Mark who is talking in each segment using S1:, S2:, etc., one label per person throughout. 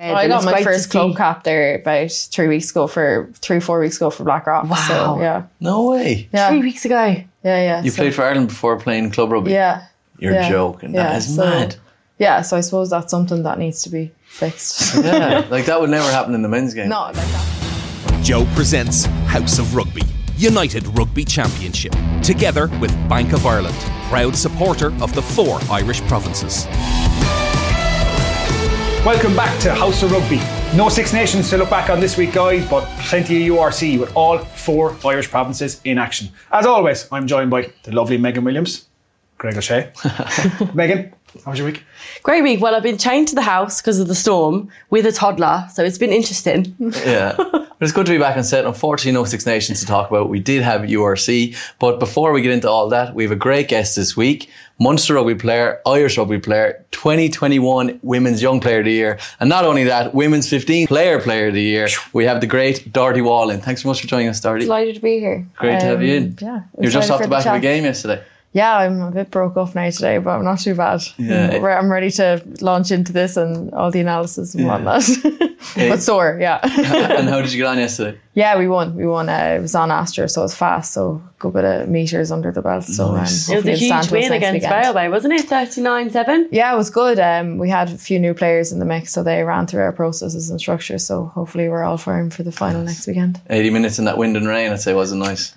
S1: Uh,
S2: I
S1: I
S2: got
S1: got
S2: my
S1: my
S2: bike to
S1: first
S2: see.
S1: club copter about three weeks ago for three four weeks ago for Black Rock.
S2: Wow.
S1: So yeah,
S3: No way.
S1: yeah,
S2: Three
S1: yeah,
S2: weeks ago.
S1: yeah.
S3: You
S1: so-
S3: played for Ireland before playing club rugby.
S1: Yeah,
S3: You're
S1: yeah,
S3: joking.
S1: yeah,
S3: That is
S1: so-
S3: mad.
S1: yeah. So I suppose that's something that needs to be fixed.
S3: Yeah, like that would never happen in the men's game.
S1: Not like that.
S4: Joe presents House of Rugby, United Rugby Championship, together with Bank of Ireland, proud supporter of the four Irish provinces.
S5: Welcome back to House of Rugby. No Six Nations to look back on this week, guys, but plenty of URC with all four Irish provinces in action. As always, I'm joined by the lovely Megan Williams, Greg O'Shea. Megan, how was your week?
S2: Great week. Well, I've been chained to the house because of the storm with a toddler, so it's been interesting.
S3: Yeah. But it's good to be back on set. Unfortunately, no Six Nations to talk about. We did have URC. But before we get into all that, we have a great guest this week Munster rugby player, Irish rugby player, 2021 Women's Young Player of the Year. And not only that, Women's 15 Player Player of the Year. We have the great Darty Wallin. Thanks so much for joining us, Darty.
S1: Delighted to be here.
S3: Great to have you in.
S1: um, Yeah,
S3: You're just
S1: excited
S3: off
S1: for
S3: the back of a
S1: chat.
S3: game yesterday.
S1: Yeah, I'm a bit broke off now today, but I'm not too bad.
S3: Yeah.
S1: I'm re- I'm ready to launch into this and all the analysis and whatnot.
S3: Eh.
S1: but sore, yeah.
S3: and how did you get on yesterday?
S1: yeah, we won. We won. Uh, it was on Astra, so it was fast. So good bit of meters under the belt. So um,
S2: It was
S1: hopefully
S2: a
S1: it'll stand
S2: huge
S1: to us
S2: win
S1: next
S2: against
S1: weekend.
S2: Railway, wasn't it? 39 7.
S1: Yeah, it was good. Um, we had a few new players in the mix, so they ran through our processes and structures. So hopefully, we're all firm for the final next weekend.
S3: 80 minutes in that wind and rain, I'd say wasn't nice.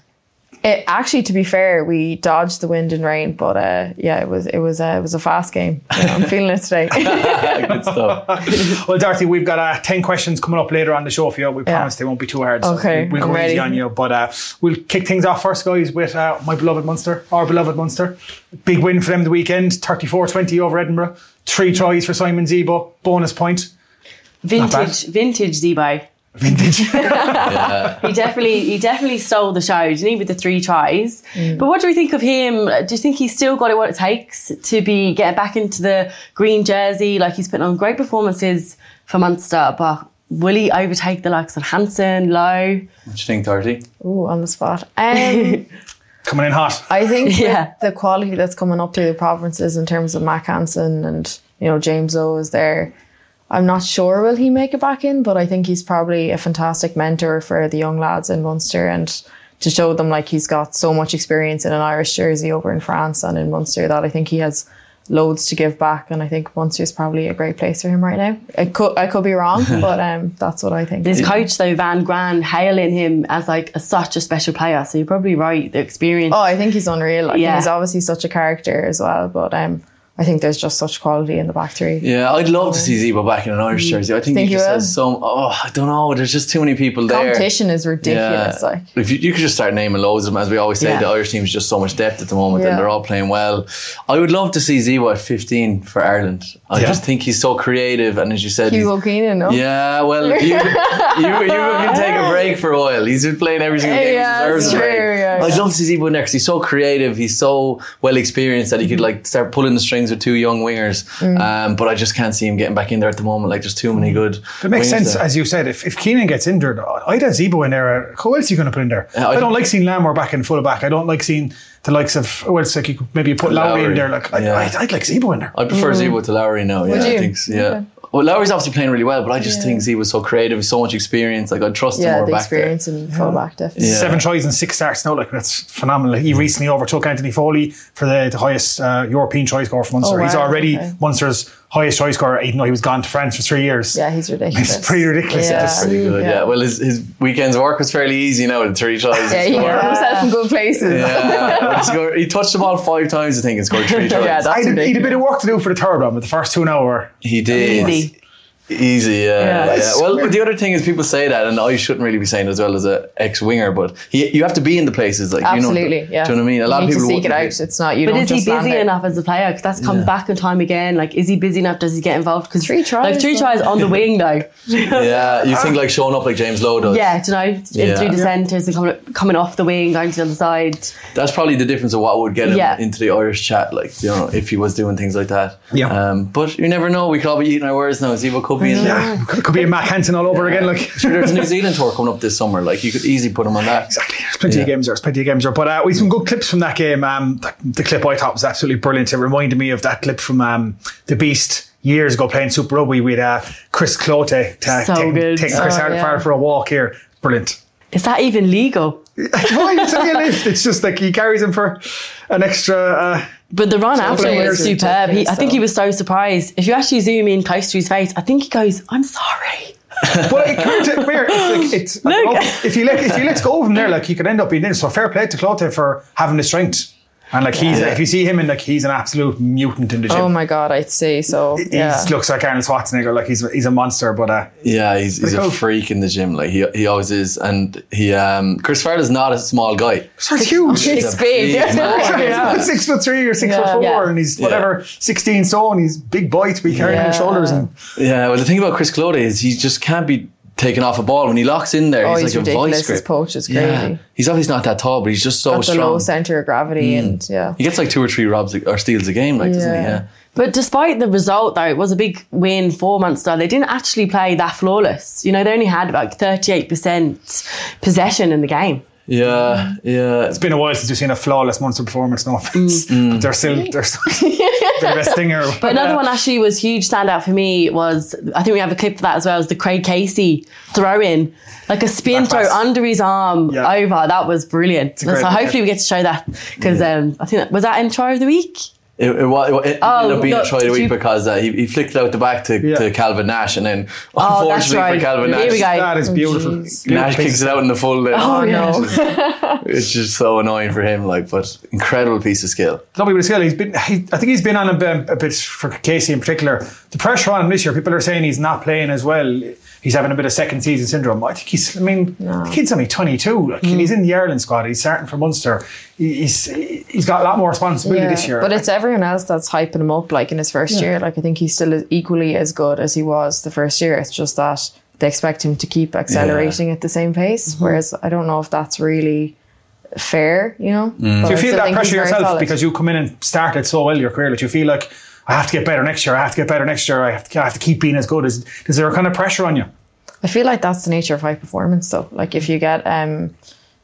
S1: It, actually, to be fair, we dodged the wind and rain, but uh, yeah, it was it was uh, it was a fast game. Yeah, I'm feeling it today.
S3: Good stuff.
S5: Well, Dorothy, we've got uh, 10 questions coming up later on the show for you. We promise they won't be too hard. So
S1: Okay,
S5: we'll- We'll
S1: I'm
S5: go easy
S1: ready.
S5: on you. But uh, we'll kick things off first, guys, with uh, my beloved Munster, our beloved Munster. Big win for them the weekend 34 20 over Edinburgh. Three tries for Simon Zebo, bonus point.
S2: Vintage, vintage Zebo.
S3: Yeah.
S2: He definitely, he definitely stole the show, didn't he, with the three tries? But what do we think of him? Do you think he's still got it what it takes to be getting back into the green jersey? Like he's putting on great performances for Munster, but will he overtake the likes of Hansen, Lowe?
S3: What do you think, Darty?
S1: Ooh, on the spot. Um,
S5: Coming in hot.
S1: I think
S2: Yeah.
S1: with the quality that's coming up through the provinces in terms of Mac Hansen and you know James O is there. I'm not sure will he make it back in, but I think he's probably a fantastic mentor for the young lads in Munster and to show them like he's got so much experience in an Irish jersey over in France and in Munster that I think he has loads to give back and I think Munster's probably a great place for him right now. I could I could be wrong, but um that's what I think.
S2: His coach though, Van Gran, hailing him as like a, such a special player. So you're probably right. The experience.
S1: Oh, I think he's unreal. Like,
S2: Yeah.
S1: He's obviously such a character as well, but um, I think there's just such quality in the back three.
S3: Yeah, I'd love to see Zebo back in an Irish jersey. I think,
S1: Think
S3: he
S1: you
S3: just
S1: will?
S3: has some. Oh, I don't know. There's just too many people there.
S1: Competition is ridiculous.
S3: Yeah.
S1: Like,
S3: If you, you could just start naming loads of them, as we always say,
S2: Yeah.
S3: the Irish team's just so much depth at the moment,
S1: Yeah.
S3: and they're all playing well. I would love to see Zebo at 15 for Ireland. I
S5: Yeah.
S3: just think he's so creative, and as you said, he's-
S1: Hugo Keenan, no?
S3: yeah, well, you, you, you can take a break for a while. He's been playing every single game.
S1: Yeah,
S3: he deserves
S1: it's
S3: a break.
S1: true, yeah,
S3: I
S1: yeah.
S3: love to see Zebo next. He's so creative. He's so well experienced that he could like start pulling the strings with two young wingers.
S1: Mm.
S3: Um, but I just can't see him getting back in there at the moment. Like, there's too many good.
S5: It makes
S3: wingers
S5: sense,
S3: there.
S5: as you said. If, if Keenan gets injured, I'd have Zebo in there. Who else are you going to put in there?
S3: Yeah, I
S5: I,
S3: don't-
S5: don't like seeing Lamor back in fullback. I don't like seeing the likes of who else. Like you could maybe put Lowry,
S3: Lowry.
S5: in there. Like I,
S3: Yeah.
S5: I'd, I'd like Zebo in there.
S3: I prefer Zebo to Lowry now. yeah, I
S1: Mm. you?
S3: think so, yeah. Well, Lowry's obviously playing really well, but I just think Zebo's so creative, so much experience. Like, I trust him
S1: Yeah,
S3: more
S1: the
S3: back there.
S1: experience in fullback definitely.
S3: Yeah. Mm.
S5: Seven tries and six starts now. Like that's phenomenal. He recently overtook Anthony Foley for the, the highest uh, European try scorer for Munster.
S1: Oh,
S5: He's
S1: wow,
S5: already
S1: okay.
S5: Munster's highest try scorer, even though he was gone to France for three years.
S1: Yeah, he's ridiculous.
S5: It's pretty ridiculous.
S1: Yeah.
S5: It's-
S3: Pretty good, yeah.
S1: Yeah.
S3: Well, his, his weekend's work was fairly easy now with three tries.
S1: Yeah, he got himself in good places.
S3: Yeah, he, scored, he touched them all five times, I think, and scored three tries.
S1: Yeah, that's
S5: I'd, he'd a
S1: ridiculous.
S5: bit of work to do for the third one, but the first two an hour.
S3: He did.
S2: Easy.
S3: Easy, yeah.
S1: Yeah.
S3: yeah. Well, but the other thing is people say that, and I shouldn't really be saying as well as a ex-winger, but he, you have to be in the places, like you know,
S1: Absolutely, yeah.
S3: Do you know what I mean? A
S1: You
S3: lot
S1: need
S3: of people
S1: to seek it out.
S3: wouldn't-
S1: It's not you.
S2: But
S1: don't
S2: is he
S1: just land
S2: busy
S1: it.
S2: enough as a player? Because that's come back on time again. Like, is he busy enough? Does he get involved? Because
S1: Three tries,
S2: like three
S1: though.
S2: tries on the wing though.
S3: Yeah, you think like showing up like James Lowe does.
S2: Yeah, do you know,
S3: Yeah.
S2: through the centres and coming, coming off the wing, going to the other side.
S3: that's probably the difference of what would get him
S2: Yeah.
S3: into the Irish chat, like you know, if he was doing things like that.
S5: Yeah.
S3: Um, but you never know. We could all be eating our words now. Zivo could be in there.
S5: Yeah, could, could be a Matt Hansen all over again. Like
S3: Sure, there's a New Zealand tour coming up this summer. Like you could easily put him on that.
S5: Exactly. There's plenty of
S3: Yeah.
S5: games there. There's plenty of games there. But uh, we had some good clips from that game. Um, the, the clip I thought was absolutely brilliant. It reminded me of that clip from um, the Beast years ago playing Super Rugby with uh, Chris Clote ta-
S2: So
S5: taking,
S2: good.
S5: taking Chris
S1: Oh,
S5: Hardfire
S1: yeah.
S5: for a walk here. Brilliant.
S2: Is that even legal?
S5: Why is he a lift? It's just like he carries him for an extra. Uh,
S2: But the run after was
S1: hilarious.
S2: superb. He, I think
S1: So-
S2: he was so surprised. If you actually zoom in close to his face, I think he goes, "I'm sorry."
S5: but it comes to where it's like it's. I don't
S2: Look.
S5: know, if you let if you let go of him there, like he could end up being in. So fair play to Clote for having the strength. And like he's if you see him in like he's an absolute mutant in the gym.
S1: Oh my god, I'd say so.
S5: he
S1: Yeah.
S5: looks like Arnold Schwarzenegger. Like he's he's a monster, but uh,
S3: Yeah, he's, he's
S2: oh.
S5: Pretty
S3: a
S5: cool.
S3: freak in the gym. Like he, he always is, and he um Chris Farrell's not a small guy.
S5: so it's huge.
S1: He's big.
S3: He's
S5: Yeah,
S3: mad.
S5: yeah. six foot three or six
S1: Yeah.
S5: foot four,
S2: Yeah.
S5: and he's
S3: Yeah.
S5: whatever sixteen stone. He's big boy to be carrying on his
S1: Yeah.
S5: shoulders, and
S3: Yeah, well, the thing about Chris Clode is he just can't be taken off a ball when he locks in there.
S1: Oh,
S3: he's,
S1: he's,
S3: like a
S1: ridiculous.
S3: vice
S1: His
S3: grip.
S1: poach is crazy.
S3: Yeah, he's obviously not that tall, but he's just so
S1: Got the
S3: strong. Hmm.
S1: low center of gravity and yeah.
S3: He gets like two or three robs a- or steals a game, like doesn't he?
S1: Yeah.
S3: Yeah.
S2: But despite the result, though, it was a big win for Munster. They didn't actually play that flawless. You know, they only had about 38% possession in the game.
S3: Yeah, yeah.
S5: it's been a while since we've seen a flawless monster performance. No offense,
S1: Mm.
S5: but they're still they're still the best thing ever.
S2: But another one actually was huge standout for me was I think we have a clip for that as well as the Craig Casey throw in like a spin
S5: Back
S2: throw
S5: pass.
S2: under his arm
S5: Yeah.
S2: over that was brilliant so
S5: great look,
S2: hopefully we get to show that because um, I think that was that in try of the week
S3: It, it, wa- it ended
S2: Oh,
S3: up being
S2: no,
S3: a try of the
S2: did
S3: week
S2: you-
S3: because uh, he, he flicked it out the back to,
S5: Yeah.
S3: to Calvin Nash, and then
S2: Oh, that's
S3: unfortunately
S2: right.
S3: for Calvin
S2: Here we
S3: Nash,
S2: go.
S5: that is beautiful.
S1: Jeez.
S5: Beautiful
S3: Nash
S5: piece.
S3: kicks it out in the full. uh, Lip.
S2: Oh, no.
S3: it's just so annoying for him, like, but incredible piece of skill.
S5: Lovely with his skill. He's been. He, I think he's been on a bit, a bit for Casey in particular. The pressure on him this year. People are saying he's not playing as well. He's having a bit of second season syndrome. I think he's. I mean, the kid's only twenty two. Like, and He's in the Ireland squad. He's starting for Munster. He- He's he's got a lot more responsibility
S1: Yeah,
S5: this year.
S1: But it's everyone else that's hyping him up. Like in his first year, like I think he's still as- equally as good as he was the first year. It's just that they expect him to keep accelerating at the same pace.
S5: Mm-hmm.
S1: Whereas I don't know if that's really fair. You know, But
S5: Do
S1: I
S5: Mm. you feel
S1: still
S5: that
S1: think he's
S5: pressure
S1: very
S5: yourself
S1: solid.
S5: because you come in and started so well your career that you feel like I have to get better next year. I have to get better next year. I have to, I have to keep being as good. Is, is there a kind of pressure on you?
S1: I feel like that's the nature of high performance, though. Like if you get um,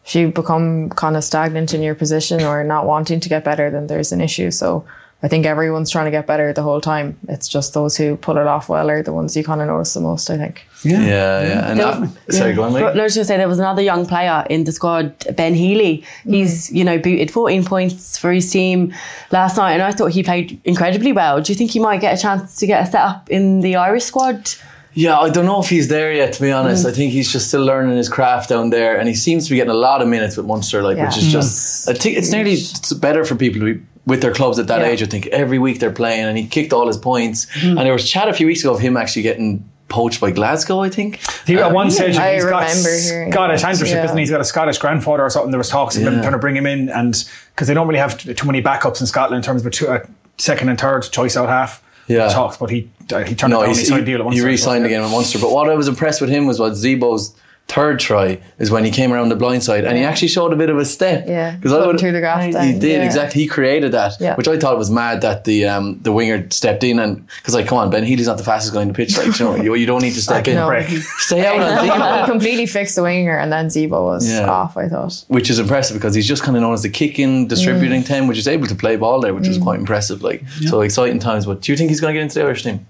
S1: if you become kind of stagnant in your position or not wanting to get better, then there's an issue. So I think everyone's trying to get better the whole time. It's just those who pull it off well are the ones you kind of notice the most. I think.
S3: Yeah, yeah. And that, sorry, go on,
S2: But
S3: mate.
S2: I was going to say there was another young player in the squad, Ben Healy. He's you know booted 14 points for his team last night, and I thought he played incredibly well. Do you think he might get a chance to get a set up in the Irish squad?
S3: Yeah, I don't know if he's there yet. To be
S1: Mm.
S3: honest, I think he's just still learning his craft down there, and he seems to be getting a lot of minutes with Munster, like which
S1: Yeah.
S3: is just. I think it's nearly it's better for people to be with their clubs at that
S1: Yeah. Mm.
S3: age. I think every week they're playing, and he kicked all his points. And there was chat a few weeks ago of him actually getting poached by Glasgow. I think.
S5: He, at one stage,
S1: I
S5: he's got
S1: remember hearing
S5: Scottish
S1: that,
S5: ancestry,
S1: yeah.
S5: isn't he? He's got a Scottish grandfather or something. There was talks of him
S3: Yeah.
S5: trying to bring him in, and because they don't really have t- too many backups in Scotland in terms of a, two, a second and third choice out half.
S3: Yeah.
S5: talks, but he uh, he turned it
S3: No,
S5: down. He
S3: he's, he,
S5: signed a deal at one
S3: he
S5: stage.
S3: re-signed again with Munster. But what I was impressed with him was what Zebo's third try is when he came around the blind side and he actually showed a bit of a step.
S1: Yeah,
S3: because
S1: put
S3: I
S1: him
S3: would
S1: through the graph
S3: He
S1: then,
S3: did
S1: yeah.
S3: exactly. He created that,
S1: Yeah.
S3: which I thought was mad that the um, the winger stepped in and because like, come on, Ben Healy's not the fastest guy in the pitch. Like, you, know, you, you don't need to step in.
S1: No.
S5: Break.
S3: Stay out on Zebo.
S1: completely fixed the winger, and then Zebo was
S3: Yeah.
S1: off. I thought.
S3: which is impressive because he's just kind of known as the kicking, distributing 10, which is able to play ball there, which
S1: Mm.
S3: was quite impressive. Like, so exciting times. But do you think he's going to get into the Irish team?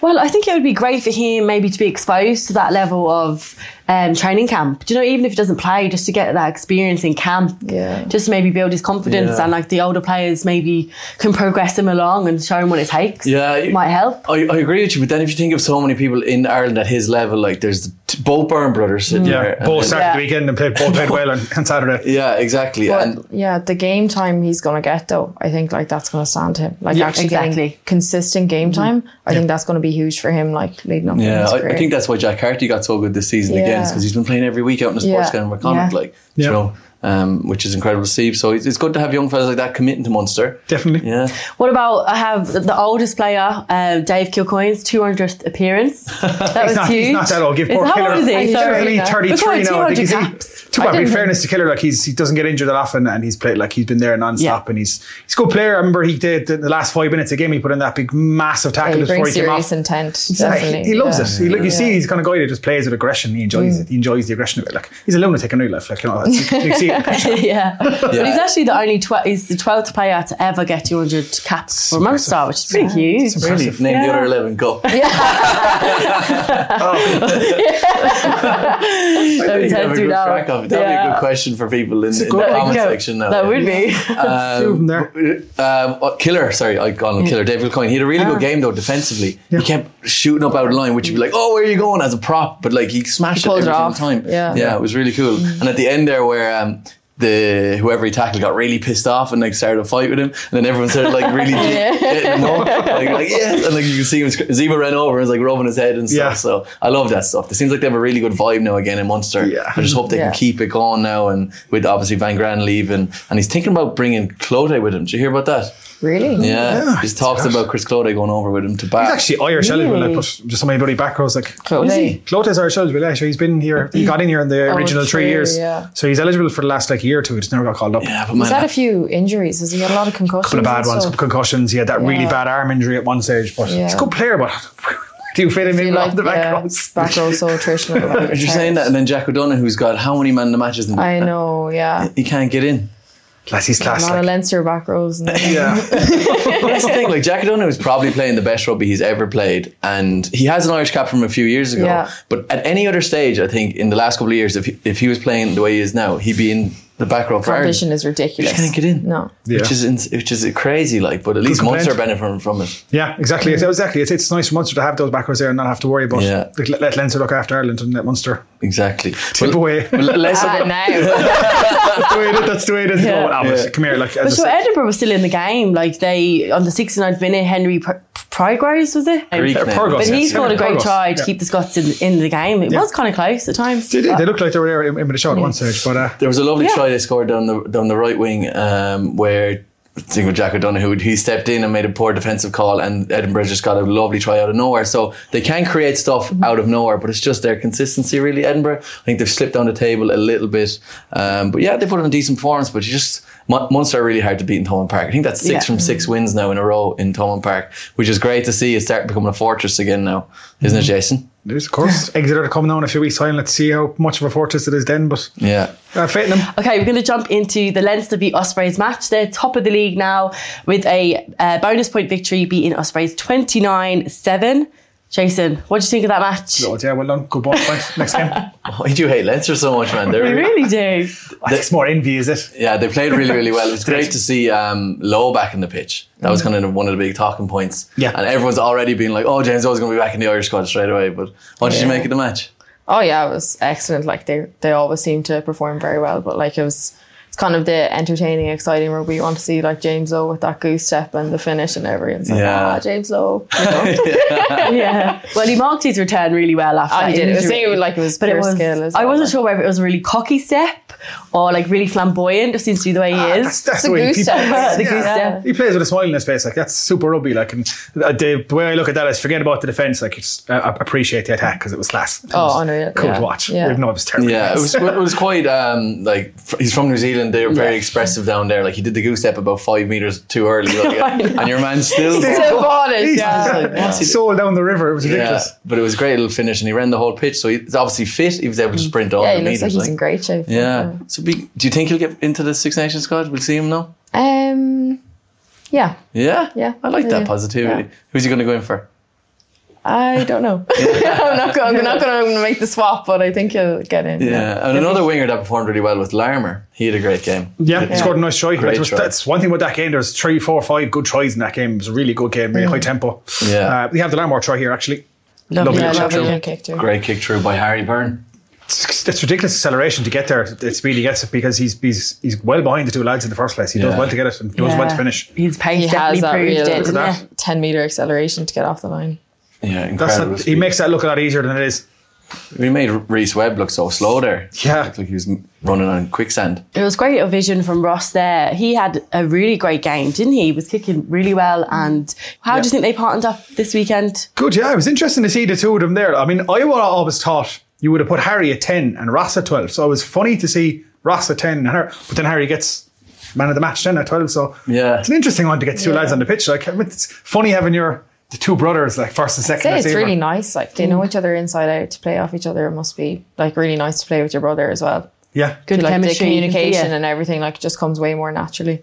S2: Well, I think it would be great for him maybe to be exposed to that level of um, training camp. Do you know, even if he doesn't play, just to get that experience in camp,
S1: Yeah.
S2: just to maybe build his confidence,
S3: Yeah.
S2: and like the older players maybe can progress him along and show him what it takes.
S3: Yeah, you-
S2: might help.
S3: I, I agree with you, but then if you think of so many people in Ireland at his level, like there's the t- both Byrne brothers sitting there.
S5: Mm. Yeah,
S3: and
S5: both
S3: then-
S5: started
S2: Yeah.
S5: the weekend and played both played well on, on Saturday.
S3: yeah, exactly.
S1: But
S3: and uh,
S1: yeah, the game time he's going to get though, I think like that's going to stand him. Like
S5: Yeah,
S1: actually
S2: exactly.
S1: getting consistent game time, I think that's going to be huge for him. Like leading up. in
S3: Mm-hmm. yeah,
S1: his
S3: I,
S1: career.
S3: I think that's why Jack Carty got so good this season again,
S1: Yeah.
S3: because he's been playing every week out in the sports
S1: Yeah.
S3: ground in McConnell,
S2: Yeah.
S3: like, do
S5: Yeah.
S3: you know, um, which is incredible to see. So it's, it's good to have young fellas like that committing to Munster.
S5: Definitely.
S3: Yeah.
S2: What about I have the oldest player, uh, Dave Kilcoyne's 200th appearance. That was
S5: not,
S2: huge.
S5: he's not that old. Give
S2: Is-
S5: poor
S2: how
S5: Killer.
S2: old is he?
S1: He's
S2: Sorry.
S1: only
S5: He's
S1: Look at
S5: only 33
S2: him,
S5: now. I think he's,
S2: 200
S5: he,
S2: caps.
S5: to well,
S1: I
S5: in
S1: didn't-
S5: fairness to Killer, like he's, he doesn't get injured that often, and he's played like he's been there non-stop,
S2: Yeah.
S5: and he's he's a good player. I remember he did the last five minutes of the game. He put in that big massive
S1: Yeah,
S5: tackle
S1: he
S5: before he
S1: brings
S5: came
S1: serious
S5: off.
S1: intent.
S5: Like,
S1: Definitely.
S5: he loves
S1: yeah.
S5: it. He, look, you see, he's kind of guy that just plays with aggression. He enjoys it. He enjoys the aggression of it. Like he's a lunatic in real life. Like you know, that's- you see
S6: see it.
S2: yeah. But he's actually the only tw- he's the twelfth player to ever get 200 caps for Munster, which is pretty huge.
S3: Really? Name the other 11. Go.
S2: Let me
S3: You'd
S2: tell
S3: have a
S2: you
S3: good
S2: now.
S3: crack of it. That'd be a
S2: Yeah.
S3: good question for people in, in the
S2: There you
S3: comment
S2: go.
S3: section. Now,
S2: That
S3: yeah.
S2: would be.
S3: Um,
S5: from there.
S3: um, uh, killer, sorry, I gone
S1: Hmm.
S3: on killer. David Coyne. He had a really good game though defensively. He kept shooting up out of line, which you'd be like, "Oh, where are you going?" as a prop, but like he smashed it
S1: pulled
S3: every
S1: it
S3: single
S1: off.
S3: time.
S1: Yeah. Hmm.
S3: it was really cool. And at the end there, where um, the whoever he tackled got really pissed off and like started a fight with him, and then everyone started like really getting him up, like, like yeah, and like you can see him sc- Zima ran over and was like rubbing his head and stuff.
S5: Yeah.
S3: So I love that stuff. It seems like they have a really good vibe now again in Munster.
S5: Yeah.
S3: I just hope they
S1: Yeah.
S3: can keep it going now, and with obviously Van Gran leaving, and he's thinking about bringing Clote with him. Did you hear about that?
S1: Really?
S3: Yeah, he's talked about Chris Clote going over with him to Bath.
S5: He's actually Irish
S1: Really?
S5: anyway, like, but just somebody bloody back rows like
S1: Close.
S5: Clote's Irish eligible, yeah, sure. He's been here he got in here in the
S1: Oh,
S5: original three
S1: true,
S5: years.
S1: yeah.
S5: So he's eligible for the last like year or two, he just never got called up.
S3: yeah, but
S1: He's had
S3: man,
S1: a few injuries. Has he had a lot of concussions?
S5: couple of bad
S1: and
S5: ones,
S1: stuff?
S5: concussions. He had that really
S1: Yeah.
S5: bad arm injury at one stage, but he's a
S1: Yeah.
S5: good player. But where do you fit him
S1: You
S5: in
S1: like
S5: on the back
S1: yeah,
S5: rows?
S1: back row so attritional. like,
S3: you're
S1: it's
S3: saying that,
S1: hard.
S3: and then Jack O'Donoghue, who's got how many man the matches? In the,
S1: I know. Yeah,
S3: He can't get in.
S5: Class, he's
S1: a
S5: class.
S1: lot
S5: Like,
S1: of Leinster back rows. And
S5: yeah,
S3: That's the thing. Like Jack O'Donoghue is probably playing the best rugby he's ever played, and he has an Irish cap from a few years ago.
S1: Yeah.
S3: But at any other stage, I think in the last couple of years, if he, if he was playing the way he is now, he'd be in the back row for Ireland,
S1: Competition is ridiculous.
S3: can't get in.
S1: No.
S3: which is ins- which is crazy. Like, but at least
S5: complaint.
S3: Munster benefiting from it.
S5: yeah, exactly. It's, exactly. It's, it's nice for Munster to have those back rows there and not have to worry about.
S3: Yeah.
S5: Like, let, let Leinster look after Ireland and let Munster
S3: Exactly.
S5: tip away.
S3: Well, let's-
S2: Uh,
S1: Ah, now.
S5: that's the way it is. That's the way it is.
S2: Yeah.
S5: Oh, Albert, come here. Like,
S2: But
S5: as I
S2: so
S5: said,
S2: Edinburgh was still in the game. Like they on the 69th minute, Henry Pr- Prygrose was it?
S3: Greek name.
S5: Purgos,
S2: But he
S5: yes.
S2: scored a great
S5: Purgos,
S2: try to
S5: yeah.
S2: keep the Scots in, in the game. It was kind of close at times.
S5: They,
S1: Uh,
S2: but-
S5: they looked like they were there in, in with a shot at one stage, but uh,
S3: There was a lovely
S2: Yeah.
S3: try they scored down the down the right wing um, where I think with Jack O'Donoghue he stepped in and made a poor defensive call and Edinburgh just got a lovely try out of nowhere. So they can create stuff
S2: Mm-hmm.
S3: out of nowhere, but it's just their consistency really. Edinburgh, I think they've slipped down the table a little bit, um, but yeah, they put on decent forms. But you just Mon- Munster are really hard to beat in Thomond Park. I think that's six
S2: Yeah. Mm-hmm.
S3: from six wins now in a row in Thomond Park, which is great to see. It's starting becoming a fortress again now, isn't it,
S2: Mm-hmm.
S3: Jason?
S5: there's of course Exeter to come now in a few weeks' time. Let's see how much of a fortress it is then. But
S3: Yeah.
S5: uh, fitting them.
S2: Okay, we're going to jump into the Leinster v Ospreys match. They're top of the league now with a uh, bonus point victory, beating Ospreys 29 7. Jason, what do you think of that match?
S5: Oh, yeah, well done. Good ball. Thanks. Next game.
S3: Why Oh, do you hate Leinster so much, man? They're
S2: I really do.
S5: It's more envy, is it?
S3: Yeah, they played really, really well. It was great to see um, Lowe back in the pitch. That
S1: Mm.
S3: was kind of one of the big talking points.
S5: Yeah.
S3: And everyone's already been like, oh, James Lowe's going to be back in the Irish squad straight away. But what did you make of the match?
S1: Oh yeah, it was excellent. Like they they always seem to perform very well, but like it was it's kind of the entertaining, exciting rugby you want to see, like James Lowe with that goose step and the finish and everyone's like,
S3: Yeah.
S1: ah, James Lowe. You know?
S2: yeah. Well, he marked his return really well after
S1: Ah,
S2: that
S1: he did. It was
S2: injury.
S1: maybe, like, it was
S2: but it
S1: pure
S2: was,
S1: skill as
S2: I
S1: well,
S2: wasn't
S1: like-
S2: sure whether it was a really cocky step or like really flamboyant. Just seems to be the way he is.
S5: Ah, That's, that's
S1: The
S5: the way
S1: goose
S5: people.
S1: step.
S2: The goose
S1: Yeah.
S2: step.
S5: He plays with a smile on his face. Like that's super rugby. Like and uh, the, the way I look at that is forget about the defense. Like it's uh, appreciate the attack because it was class. It
S1: Oh,
S5: was
S1: unreal.
S5: Cool
S1: Yeah.
S5: to watch.
S1: Yeah.
S5: Even though it was terrible.
S3: Yeah, it was, it was quite um, like f- he's from New Zealand. They were very expressive down there. Like he did the goose step about five meters too early, like, and your man still.
S1: So bought it,
S5: He's
S1: yeah.
S3: like, what's he
S5: soul down the river. It was
S3: Yeah,
S5: ridiculous.
S3: but it was a great little finish, and he ran the whole pitch. So he's obviously fit. He was able to sprint all
S1: Yeah,
S3: the
S1: he looks
S3: meters.
S1: like he's
S3: like.
S1: in great shape.
S3: yeah. So, be, do you think he'll get into the Six Nations squad? We'll see him now.
S1: Um yeah,
S3: Yeah,
S1: Yeah.
S3: I like
S1: Yeah.
S3: that positivity.
S1: Yeah.
S3: Who's he going to go in for?
S1: I don't know. I'm not going. I'm not going to make the swap, but I think he'll get in.
S3: Yeah, and another winger that performed really well was Larmer. He had a great game.
S5: Yeah, he scored a nice try.
S3: Great
S5: That was-
S3: try.
S5: That's one thing about that game. There was three, four, five good tries in that game. It was a really good game, really high tempo.
S3: Yeah.
S5: uh, we have the Larimore try here actually.
S1: Mm. Lovely, yeah,
S5: kick
S1: lovely
S5: through.
S1: little kick too.
S3: Great kick through by Harry Byrne.
S5: It's, it's ridiculous acceleration to get there. It's really gets it because he's he's he's well behind the two lads in the first place. He does
S3: Yeah.
S5: well to get it and does well to
S2: Yeah.
S5: finish.
S2: His pace
S1: He
S2: definitely
S1: has that
S2: proved
S1: real
S2: it.
S5: Look at
S2: didn't
S5: that.
S2: it?
S1: ten meter acceleration to get off the line.
S3: Yeah,
S5: That's
S3: incredible.
S5: not, he makes that look a lot easier than it is.
S3: We made Reese Webb look so slow there.
S5: Yeah.
S3: looked like he was m- running on quicksand.
S2: It was great little vision from Ross there. He had a really great game, didn't he? He was kicking really well. And how do you think they partnered up this weekend?
S5: Good, yeah. It was interesting to see the two of them there. I mean, I wa- always thought you would have put Harry at 10 and Ross at 12. So it was funny to see Ross at 10 and her, but then Harry gets man of the match then at 12. So
S3: Yeah.
S5: it's an interesting one to get two lads on the pitch. Like, I mean, it's funny having your the two brothers, like first and second.
S1: Say
S5: I'd
S1: it's
S5: say,
S1: really
S5: but-
S1: nice. Like they know each other inside out. To play off each other, it must be like really nice to play with your brother as well.
S7: Yeah.
S2: Good
S1: like the
S2: chemistry, you can see
S1: communication
S2: it.
S1: and everything like just comes way more naturally.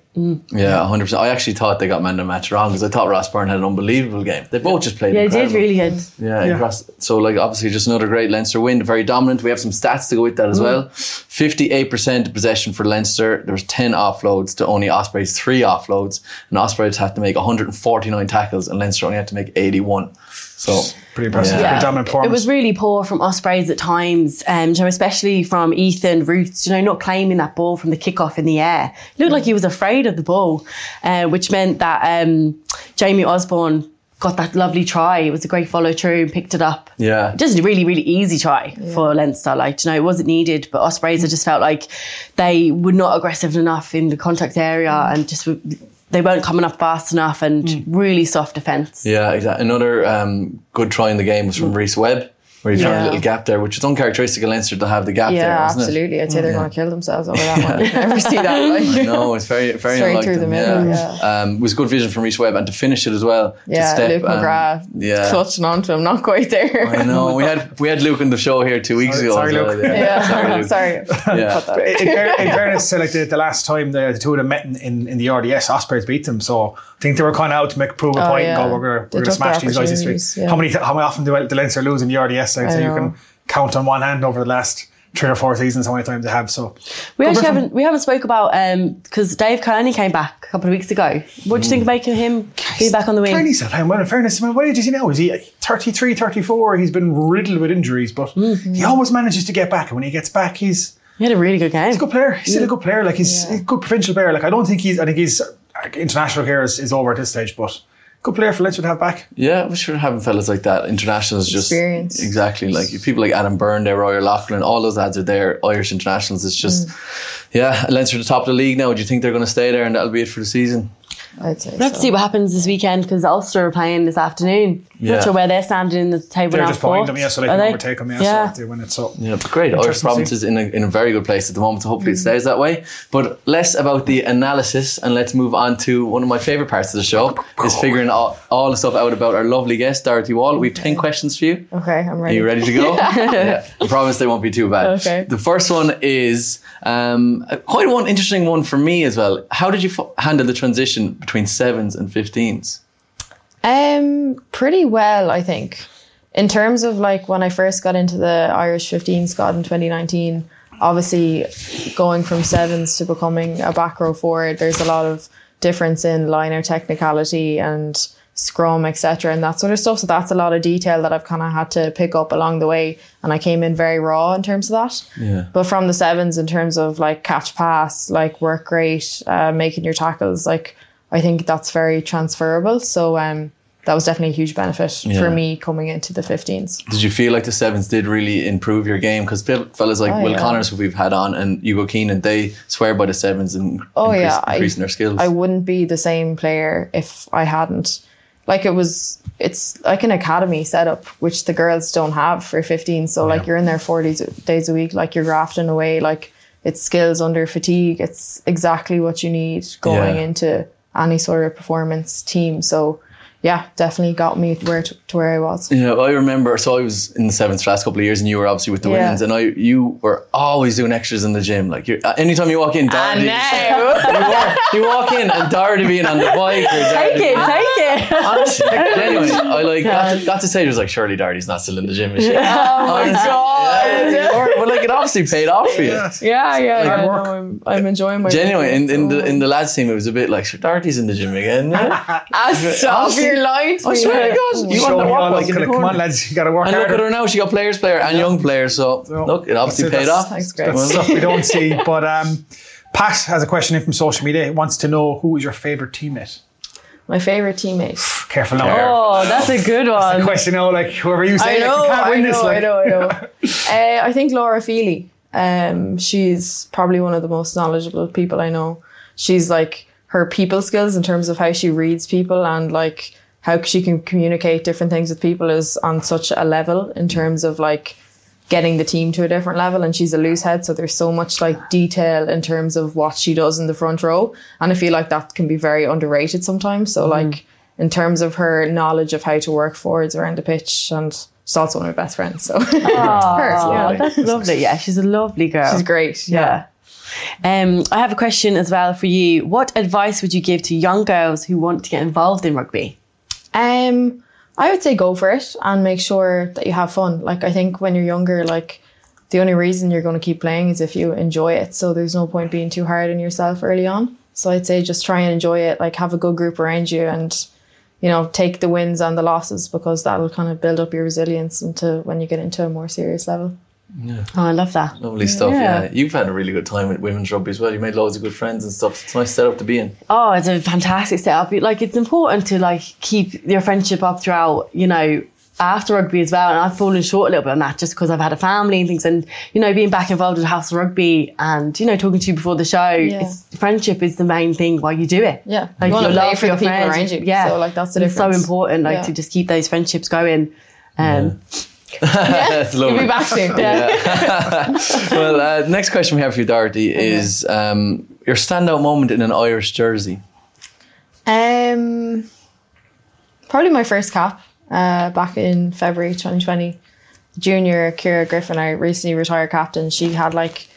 S3: Yeah, hundred percent. I actually thought they got man of the match wrong because I thought Ross Byrne had an unbelievable game. They both just played.
S2: Yeah, it
S3: incredible.
S2: did really good.
S3: Yeah, Ross- so like obviously just another great Leinster win, very dominant. We have some stats to go with that
S1: Mm.
S3: as well. Fifty-eight percent possession for Leinster. There was ten offloads to only Ospreys three offloads, and Ospreys had to make one hundred and forty-nine tackles, and Leinster only had to make eighty-one. So
S7: Pretty impressive.
S3: Yeah.
S7: Pretty dominant
S2: It
S7: performance.
S2: was really poor from Ospreys at times, um, so especially from Ethan Roots, you know, not claiming that ball from the kickoff in the air. It looked like he was afraid of the ball, uh, which meant that um, Jamie Osborne got that lovely try. It was a great follow through, picked it up.
S3: yeah,
S2: Just a really, really easy try for Leinster. Like, you know, it wasn't needed, but Ospreys, I just felt like they were not aggressive enough in the contact area and just were- they weren't coming up fast enough and really soft defence.
S3: Yeah, exactly. Another um, good try in the game was from Reese Webb, where he found
S1: Mm. Yeah.
S3: a little gap there, which is uncharacteristic of Leinster to have the gap there.
S1: yeah,
S3: isn't it?
S1: absolutely. I'd say
S3: Mm,
S1: they're going to kill themselves over that one. You never see that. Like.
S3: No, it's very, very
S1: Straight
S3: unlike
S1: through
S3: them,
S1: the middle,
S3: Um, it was good vision from Reese Webb, and to finish it as well.
S1: Yeah,
S3: to step
S1: Luke
S3: and-
S1: McGrath
S3: yeah,
S1: clutching onto him, not quite there.
S3: I know. We had we had Luke on the show here two weeks
S7: Sorry-
S3: ago.
S7: sorry,
S3: so,
S7: Luke.
S3: Yeah,
S1: Yeah,
S3: sorry,
S1: sorry.
S3: Luke. Yeah.
S1: Cut that.
S7: in, fair- in fairness to like the, the last time the, the two of them met in, in, in the RDS, Ospreys beat them. So I think they were kind of out to make prove a
S1: Oh,
S7: point
S1: yeah.
S7: and go, we're going
S1: They
S7: to
S1: took
S7: smash
S1: their
S7: these guys this
S1: opportunities,
S7: week.
S1: yeah.
S7: How many how often do the Leinster lose in the RDS? I'd
S1: I
S7: say you
S1: know.
S7: can count on one hand over the last three or four seasons how many times they have. So
S2: We actually haven't we haven't spoke about um because Dave Kearney came back a couple of weeks ago. What do you
S7: Hmm.
S2: think of making him be back on the wing?
S7: Kearney's still playing well. In fairness, man, what age is he now? Is he 33, 34? He's been riddled with injuries, but
S1: Mm-hmm.
S7: he always manages to get back. And when he gets back, he's
S2: He had a really good game.
S7: He's a good player. He's still a good player. Like he's a good provincial player. Like I don't think he's. I think he's international career is, is over at this stage, but good player for Leinster to have back.
S3: Yeah, we should have fellas like that. Internationals just
S1: Experience.
S3: exactly like people like Adam Byrne, there, Roy Lachlan, all those lads are there. Irish internationals. It's just
S1: Mm.
S3: yeah, Leinster the top of the league now. Do you think they're going to stay there and that'll be it for the season?
S1: I'd say
S2: We'll have to see
S1: so.
S2: what happens this weekend because Ulster are playing this afternoon.
S3: Yeah.
S2: Not sure where they're standing in the table
S7: They're
S2: now.
S7: just behind them,
S2: fourth.
S7: yeah, so they
S2: Are
S7: can overtake them, yeah, so they win it. So
S3: Yeah, but great. Irish
S7: Interesting to
S3: province is in a, in a very good place at the moment. So hopefully
S1: Mm.
S3: it stays that way. But less about the analysis and let's move on to one of my favorite parts of the show is figuring all, all the stuff out about our lovely guest, Dorothy Wall. We've 10 questions for you.
S1: Okay, I'm
S3: Are
S1: ready.
S3: you ready to go? yeah. I promise they won't be too bad.
S1: Okay.
S3: The first one is um, quite one interesting one for me as well. How did you f- handle the transition between sevens and 15s?
S1: Um, pretty well, I think. In terms of like when I first got into the Irish 15 squad in 2019, obviously going from sevens to becoming a back row forward, there's a lot of difference in liner technicality and scrum, etc., and that sort of stuff. So that's a lot of detail that I've kind of had to pick up along the way, and I came in very raw in terms of that.
S3: Yeah.
S1: But from the sevens, in terms of like catch pass, like work rate, uh, making your tackles, like I think that's very transferable. So um, that was definitely a huge benefit
S3: Yeah.
S1: for me coming into the 15s.
S3: Did you feel like the sevens did really improve your game? Because fellas like
S1: Oh,
S3: Will
S1: yeah.
S3: Connors, who we've had on, and Hugo Keenan, they swear by the sevens and
S1: Oh,
S3: increase-
S1: yeah, I-
S3: increasing their skills.
S1: I wouldn't be the same player if I hadn't. Like it was, it's like an academy setup, which the girls don't have for 15. So like you're in there 40 d- days a week, like you're grafting away, like it's skills under fatigue. It's exactly what you need going
S3: Yeah.
S1: into any sort of performance team. So yeah, definitely got me where to, to where I was.
S3: yeah, I remember. So I was in the sevens for the last couple of years, and you were obviously with the
S1: Yeah.
S3: women's, and I you were always doing extras in the gym. Like you're, uh, anytime you walk in, Dorothy, you, walk, you walk in, and Dorothy being on the bike. Or
S2: Take it, take it.
S3: Honestly, anyway, I like got to, got to say, it was like surely Dorothy's not still in the gym. Is she?
S1: Oh my
S3: Yeah, or- but like it obviously paid off for you.
S1: Yeah, yeah, yeah.
S3: Hard
S1: No,
S3: work.
S1: I'm, I'm enjoying my
S3: Genuinely, in, in the in
S1: the
S3: the lads team, it was a bit like, sure, Dorothy's in the gym again. Yeah?
S1: stop
S3: Honestly,
S1: your Oh lying to
S3: I
S1: me.
S3: swear to God, you
S7: show
S3: want to
S7: me
S3: walk
S7: all
S3: like
S7: those
S3: in the
S7: kinda, come
S3: corner.
S7: on, lads, you got to work
S3: And look at
S7: harder.
S3: her now; she got players player and young player. So look, it obviously
S7: that's it,
S3: paid
S7: that's-
S3: off.
S1: Thanks, Greg.
S7: That's
S3: Well,
S7: stuff we don't see. But um, Pat has a question in from social media. He wants to know who is your favourite teammate.
S1: My favorite teammate.
S7: Careful now.
S2: Oh, that's a good one.
S7: Question now, like whoever you say,
S1: um, I know,
S7: like, you can't
S1: I
S7: win
S1: know,
S7: this.
S1: I
S7: Like,
S1: know, I know, uh, I think Laura Feely. Um, she's probably one of the most knowledgeable people I know. She's like her people skills in terms of how she reads people and like how she can communicate different things with people is on such a level in terms of like getting the team to a different level and she's a loose head so there's so much like detail in terms of what she does in the front row and i feel like that can be very underrated sometimes so like in terms of her knowledge of how to work forwards around the pitch and she's also one of my best friends. So
S2: Oh, that's lovely. Yeah, she's a lovely girl.
S1: she's great. Yeah.
S2: Yeah. Um, I have a question as well for you. What advice would you give to young girls who want to get involved in rugby?
S1: Um, I would say go for it and make sure that you have fun. Like I think when you're younger, like the only reason you're going to keep playing is if you enjoy it. So there's no point being too hard on yourself early on. So I'd say just try and enjoy it. Like have a good group around you and you know take the wins and the losses because that'll kind of build up your resilience into when you get into a more serious level.
S2: Oh, I love that.
S3: Lovely stuff. Yeah.
S2: Yeah.
S3: you've had a really good time at women's rugby as well. You made loads of good friends and stuff. It's a nice setup to be in.
S2: Oh, it's a fantastic setup. Like it's important to like keep your friendship up throughout, you know, after rugby as well. And I've fallen short a little bit on that just because I've had a family and things and, you know, being back involved with House of Rugby and, you know, talking to you before the show, it's, friendship is the main thing why you do it.
S1: Yeah,
S2: Like
S1: you want
S2: your
S1: to play
S2: love
S1: for
S2: for
S1: the
S2: your
S1: people
S2: friends.
S1: around you.
S2: Yeah.
S1: so like that's the
S2: It's so
S1: difference.
S2: important, like
S1: Yeah.
S2: to just keep those friendships going. Um,
S3: That's lovely.
S1: You'll be back soon.
S3: Well, uh, next question we have for you, Dorothy, is um, your standout moment in an Irish jersey.
S1: Um, probably my first cap uh, back in February 2020. Junior Kira Griffin, our recently retired captain, she had like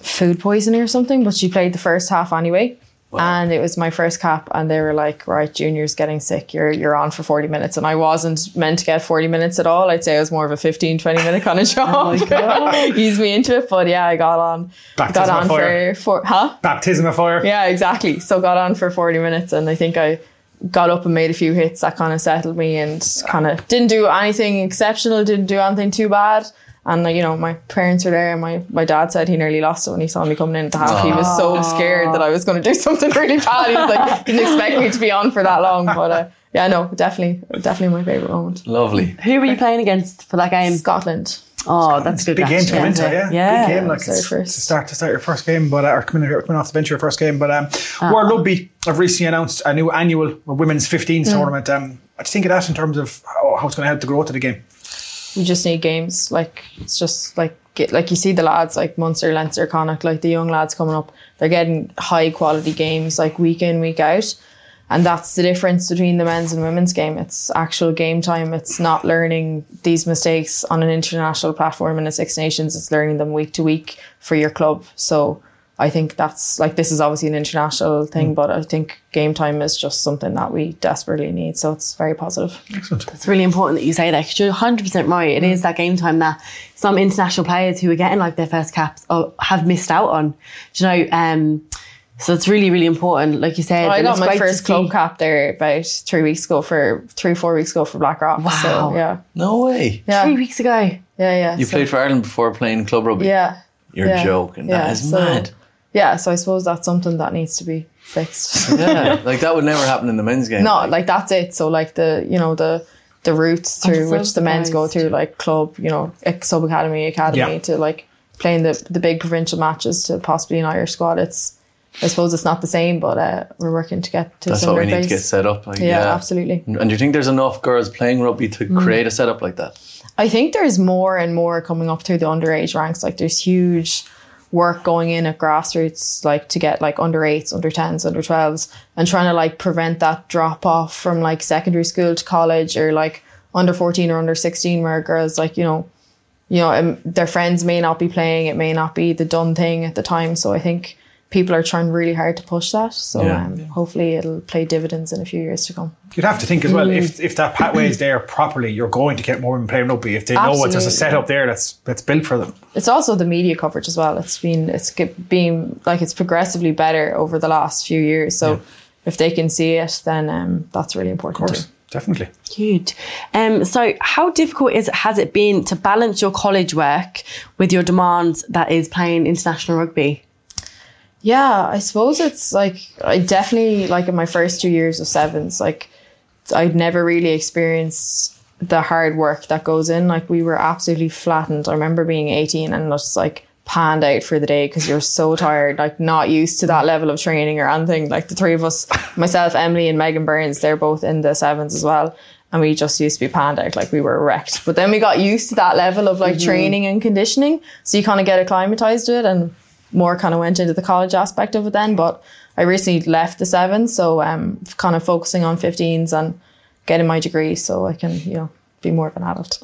S1: food poisoning or something, but she played the first half anyway. And it was my first cap, and they were like, "Right, Junior's getting sick. You're you're on for 40 minutes." And I wasn't meant to get 40 minutes at all. I'd say it was more of a 15, 20 minute kind of job. Ease me into it, but yeah, I got on. got
S5: Baptism
S1: on
S5: of fire.
S1: for for huh?
S5: Baptism of fire.
S1: Yeah, exactly. So got on for 40 minutes and I think I got up and made a few hits that kind of settled me and kind of didn't do anything exceptional, didn't do anything too bad. And like, you know, my parents were there and my, my dad said he nearly lost it when he saw me coming in at the half. He was so scared that I was going to do something really bad. He was like, didn't expect me to be on for that long. But uh, yeah, no, definitely, definitely my favourite moment.
S3: Lovely.
S2: who were you playing against for that game?
S1: Scotland.
S2: Oh, that's a good.
S5: Big game
S2: match,
S5: to come into, yeah.
S2: Yeah.
S5: Big game, like
S1: So
S5: it's,
S1: first-
S5: to start to start your first game, but uh, or coming, coming off the bench your first game. But um, World Rugby have recently announced a new annual women's 15s tournament. Um, what do you think of that in terms of how, how it's going to help the growth of the game?
S1: you just need games. Like it's just like get, like you see the lads like Munster, Leinster, Connacht, like the young lads coming up. They're getting high quality games like week in week out, and that's the difference between the men's and women's game. It's actual game time. It's not learning these mistakes on an international platform in the Six Nations. It's learning them week to week for your club. So. I think that's like this is obviously an international thing, but I think game time is just something that we desperately need. So it's very positive.
S2: It's really important that you say that because you're 100% right. It
S1: Mm.
S2: is that game time that some international players who are getting like their first caps or have missed out on. Do you know? Um, so it's really, really important. Like you said,
S1: Oh, I
S2: and
S1: got
S2: it's
S1: my
S2: great to
S1: first club
S2: see.
S1: cap there about three weeks ago for three, four weeks ago for Blackrock. Wow.
S2: Wow.
S1: So, yeah.
S3: No way.
S1: Yeah.
S2: three
S1: Yeah.
S2: weeks ago.
S1: Yeah.
S3: You
S1: so-
S3: played for Ireland before playing club rugby.
S1: Yeah.
S3: You're
S1: yeah,
S3: joking.
S1: yeah,
S3: that is
S1: so-
S3: mad.
S1: Yeah. So I suppose that's something that needs to be fixed.
S3: Yeah, like that would never happen in the men's game.
S1: no, like that's it. So like the, you know, the, the routes through
S2: so
S1: which the men's go
S2: surprised.
S1: through, like club, you know, sub academy, academy
S5: Yeah.
S1: to like playing the, the big provincial matches to possibly an Irish squad. It's, I suppose it's not the same, but uh, we're working to get to a
S3: that's what
S1: similar
S3: we need
S1: place.
S3: to get set up. Like,
S1: yeah, absolutely. Mm.
S3: And do you think there's enough girls playing rugby to create a setup like that?
S1: I think there's more and more coming up through the underage ranks. Like there's huge work going in at grassroots, like to get like under eights, under tens, under twelves, and trying to like prevent that drop off from like secondary school to college or like under fourteen or under sixteen, where girls like you know, you know, um, their friends may not be playing, it may not be the done thing at the time. So I think people are trying really hard to push that. So
S3: Yeah.
S1: um, hopefully it'll play dividends in a few years to come.
S5: You'd have to think as well if, if that pathway is there properly, you're going to get more women playing rugby if they know what there's a
S1: Absolutely.
S5: setup there that's that's built for them.
S1: it's also the media coverage as well. It's been it's ge- been like it's progressively better over the last few years. So if they can see it, then um, that's really important.
S5: Of course,
S1: too.
S5: definitely.
S2: Cute. Um, so how difficult is has it been to balance your college work with your demands that is playing international rugby?
S1: Yeah, I suppose it's like I definitely like in my first two years of sevens, like I'd never really experienced the hard work that goes in. Like we were absolutely flattened. I remember being 18 and just like panned out for the day because you're so tired, like not used to that level of training or anything. Like the three of us, myself, Emily and Megan Burns, they're both in the sevens as well. And we just used to be panned out, like we were wrecked. But then we got used to that level of like training and conditioning. So you kind of get acclimatized to it and more kind of went into the college aspect of it then. But I recently left the sevens, so um, kind of focusing on 15s and getting my degree so I can, you know, be more of an adult.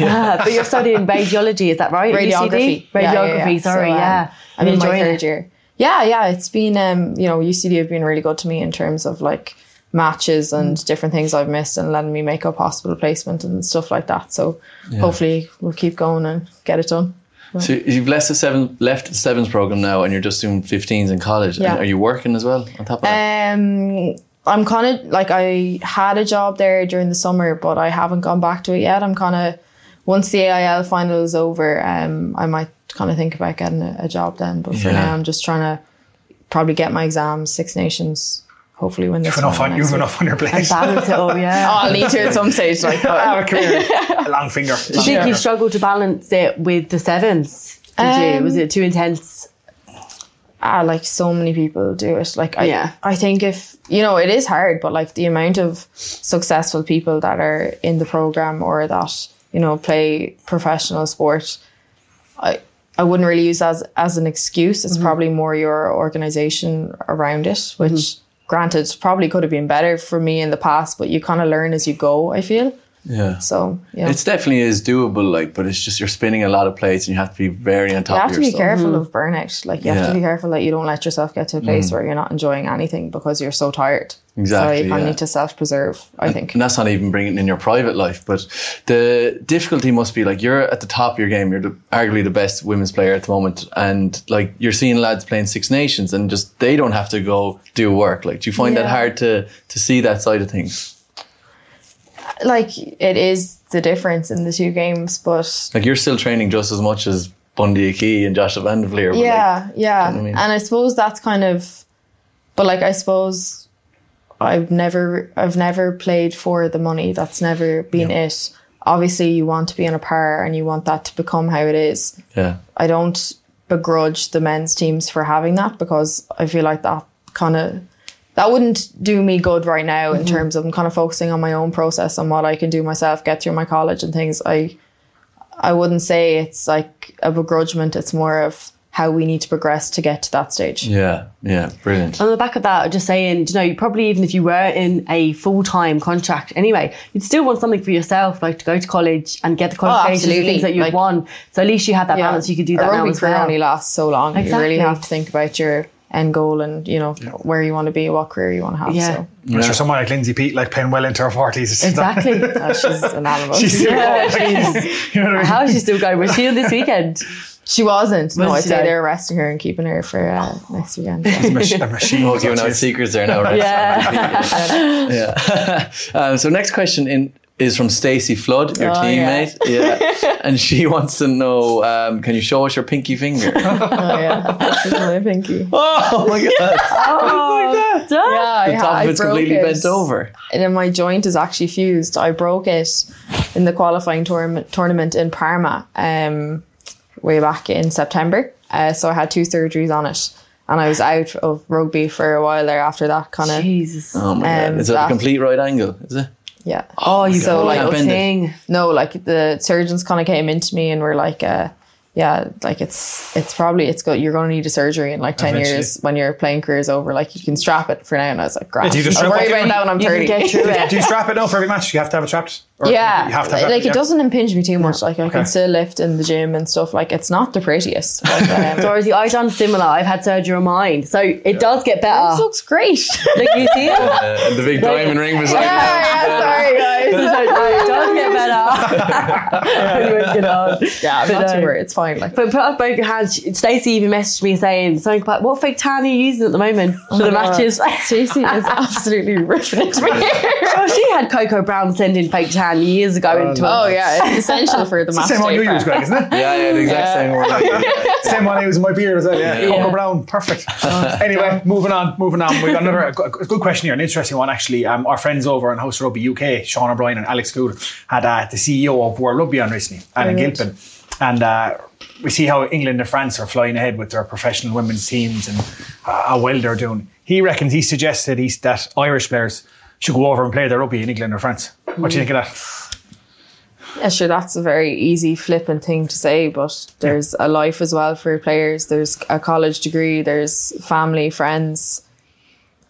S2: Ah, but you're studying radiology, is that right? at
S1: Radiography.
S2: UCD? Radiography,
S1: Yeah, yeah, yeah.
S2: sorry,
S1: So, um,
S2: yeah.
S1: I'm
S2: You
S1: in my
S2: enjoying
S1: third
S2: it?
S1: year. Yeah, yeah. It's been um, you know, UCD have been really good to me in terms of like matches and
S2: Mm.
S1: different things I've missed and letting me make up hospital placement and stuff like that. So hopefully we'll keep going and get it done.
S3: So you've left the seven left the sevens program now, and you're just doing 15s in college.
S1: Yeah.
S3: And are you working as well on top of that?
S1: Um, I'm kind of like I had a job there during the summer, but I haven't gone back to it yet. I'm kind of once the AIL final is over, um, I might kind of think about getting a, a job then. But for
S3: Yeah.
S1: now, I'm just trying to probably get my exams, Six Nations, hopefully win this.
S7: You've enough
S1: final
S7: on, you've
S1: next week.
S7: enough on your plate.
S2: Balance it all, yeah.
S1: Oh, I'll need to at some stage. Like, but-
S7: Have a career. A long finger.
S2: I
S7: Long
S2: think you
S7: finger.
S2: struggled to balance it with the sevens. Did you?
S1: Um,
S2: Was it too intense?
S1: ah, like so many people do it. Like I,
S2: Yeah.
S1: I think if you know, it is hard, but like the amount of successful people that are in the program or that you know play professional sport, I. I wouldn't really use that as as an excuse. It's probably more your organization around it, which granted probably could have been better for me in the past, but you kind of learn as you go, I feel.
S3: yeah.
S1: So, yeah.
S3: It's definitely is doable, like, but it's just you're spinning a lot of plates, and you have to be very on top.
S1: you
S3: of
S1: have to be
S3: yourself.
S1: careful of burnout. Like you have
S3: Yeah. Mm-hmm.
S1: to be careful that you don't let yourself get to a place where you're not enjoying anything because you're so tired.
S3: Exactly,
S1: So you kind of
S3: yeah.
S1: need to self preserve. I think.
S3: And that's not even bringing it in your private life. But the difficulty must be like you're at the top of your game. You're the, arguably the best women's player at the moment, and like you're seeing lads playing Six Nations, and just they don't have to go do work. Like, do you find that
S1: Yeah.
S3: hard to to see that side of things?
S1: Like it is the difference in the two games, but
S3: Like you're still training just as much as Bundy Aki and Joshua Van de Vlier. but, like,
S1: yeah, yeah.
S3: what I mean?
S1: And I suppose that's kind of, but like I suppose I've never I've never played for the money. That's never been it. Obviously, you want to be on a par and you want that to become how it is.
S3: yeah,
S1: I don't begrudge the men's teams for having that because I feel like that kind of that wouldn't do me good right now
S2: Mm-hmm.
S1: in terms of I'm kind of focusing on my own process and what I can do myself, get through my college and things. I I wouldn't say it's like a begrudgment. It's more of how we need to progress to get to that stage.
S3: yeah, yeah.
S1: Oh,
S3: Brilliant.
S2: On the back of that, I'm just saying, you know, you probably even if you were in a full time contract anyway, you'd still want something for yourself, like to go to college and get the qualifications and
S1: Oh, absolutely.
S2: things that you've
S1: Like-
S2: won. So at least you had that
S1: Yeah.
S2: balance. You could do
S1: A
S2: that now
S1: rugby
S2: as
S1: career
S2: well.
S1: only lasts so long. You
S2: Exactly.
S1: really have to think about your end goal and you know where you want to be, what career you want to have.
S2: Yeah.
S1: So
S7: I'm sure someone like Lindsay Pete like paying well into her forties.
S2: Exactly.
S1: uh, she's an animal.
S7: She's still
S2: Yeah,
S7: going. You know what I mean?
S2: How is she still going? Was she on this weekend?
S1: She wasn't. No,
S2: Wasn't
S1: I'd
S2: she
S1: say
S2: dead?
S1: they're arresting her and keeping her for uh, next weekend. Yeah.
S7: A mach- a machine.
S3: Oh, giving out secrets there now, right?
S2: Yeah.
S3: Yeah. um, so next question in is from Stacey Flood, your
S1: Oh, yeah.
S3: teammate. Yeah. and she wants to know, um, can you show us your pinky finger?
S1: oh, yeah. She's my pinky.
S3: oh my god.
S2: Oh, duh.
S1: Yeah, I,
S3: The
S1: ha-
S3: top
S1: I
S3: of it's
S1: broke
S3: completely
S1: it.
S3: bent over.
S1: And then my joint is actually fused. I broke it in the qualifying tourna- tournament in Parma um, way back in September. Uh, so I had two surgeries on it. And I was out of rugby for a while there after that kind of.
S2: Jesus.
S3: Oh my
S1: Um,
S3: god. Is it a
S1: that-
S3: complete right angle? Is it?
S1: Yeah.
S2: Oh, you
S1: So,
S2: so
S1: like,
S2: little
S3: bend it.
S2: thing.
S1: no, like the surgeons kind of came into me and were like, uh, yeah, like it's it's probably it's go you're going to need a surgery in like ten
S7: Eventually.
S1: years when your playing career is over. Like you can strap it for now, and I was like, great.
S7: do you just
S1: I'll
S7: strap
S1: worry
S7: it?
S1: about that when I'm
S2: You
S1: thirty.
S2: can get through
S7: Do
S2: it.
S7: you strap it now for every match? You have to have it strapped. Or
S1: yeah,
S7: you have to have
S1: like
S7: yeah.
S1: it doesn't impinge me too much. Like I
S7: Okay.
S1: can still lift in the gym and stuff. Like it's not the prettiest. But, um,
S2: Dorothy, I've done similar. I've had surgery on mine. So it does get better.
S1: this looks great.
S2: Look, you see it?
S3: Uh, and the big diamond ring was like
S1: yeah, yeah, sorry guys.
S2: Don't worry, don't get better. Anyway, you know.
S1: Yeah, I'm not
S2: no.
S1: too worried. um, It's fine. Like
S2: But put up both your hands. Stacey even messaged me saying something about what fake tan are you using at the moment for the
S1: Oh God.
S2: matches?
S1: Stacey is absolutely ripping into me.
S2: oh, she had Coco Brown sending fake tan years ago into
S1: oh yeah, it's essential for the match
S7: Same one
S1: day
S7: you
S1: prep.
S7: use, Greg, isn't it?
S3: Yeah, yeah, the exact same one.
S7: Same one I use in my beard as well. Yeah.
S3: Yeah.
S7: Coco Brown, perfect. anyway, moving on, moving on. We've got another a good a good question here, an interesting one actually. Um, our friends over on House Rugby UK, Sean O'Brien and Alex Gould, had uh, the CEO of World Rugby on recently, Alan Gilpin, and. Uh, we see how England and France are flying ahead with their professional women's teams and uh, how well they're doing. He reckons he suggested he's, that Irish players should go over and play their rugby in England or France. What do
S1: Mm.
S7: you think of that?
S1: Yeah, sure, that's a very easy, flippant thing to say, but there's a life as well for players. There's a college degree, there's family, friends.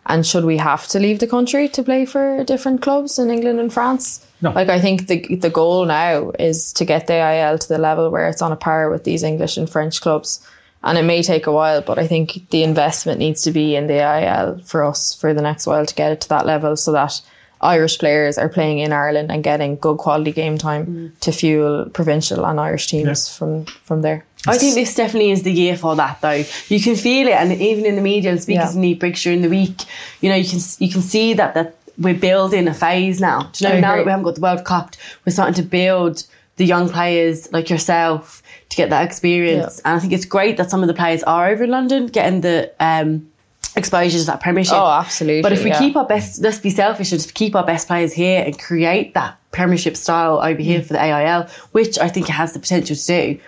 S1: And should we have to leave the country to play for different clubs in England and France?
S7: No.
S1: Like I think the the goal now is to get the IL to the level where it's on a par with these English and French clubs. And it may take a while, but I think the investment needs to be in the IL for us for the next while to get it to that level so that Irish players are playing in Ireland and getting good quality game time to fuel provincial and Irish teams from from there.
S2: I think this definitely is the year for that, though. You can feel it, and even in the media and speakers
S1: Yeah.
S2: in the Breakthrough in the week, you know, you can you can see that that we're building a phase now. Do you know
S1: I
S2: now
S1: agree.
S2: that we haven't got the World Cup, we're starting to build the young players like yourself to get that experience, and I think it's great that some of the players are over in London getting the um, exposure to that Premiership.
S1: Oh, absolutely,
S2: But if we
S1: yeah.
S2: keep our best, let's be selfish and just keep our best players here and create that Premiership style over here for the AIL, which I think it has the potential to do,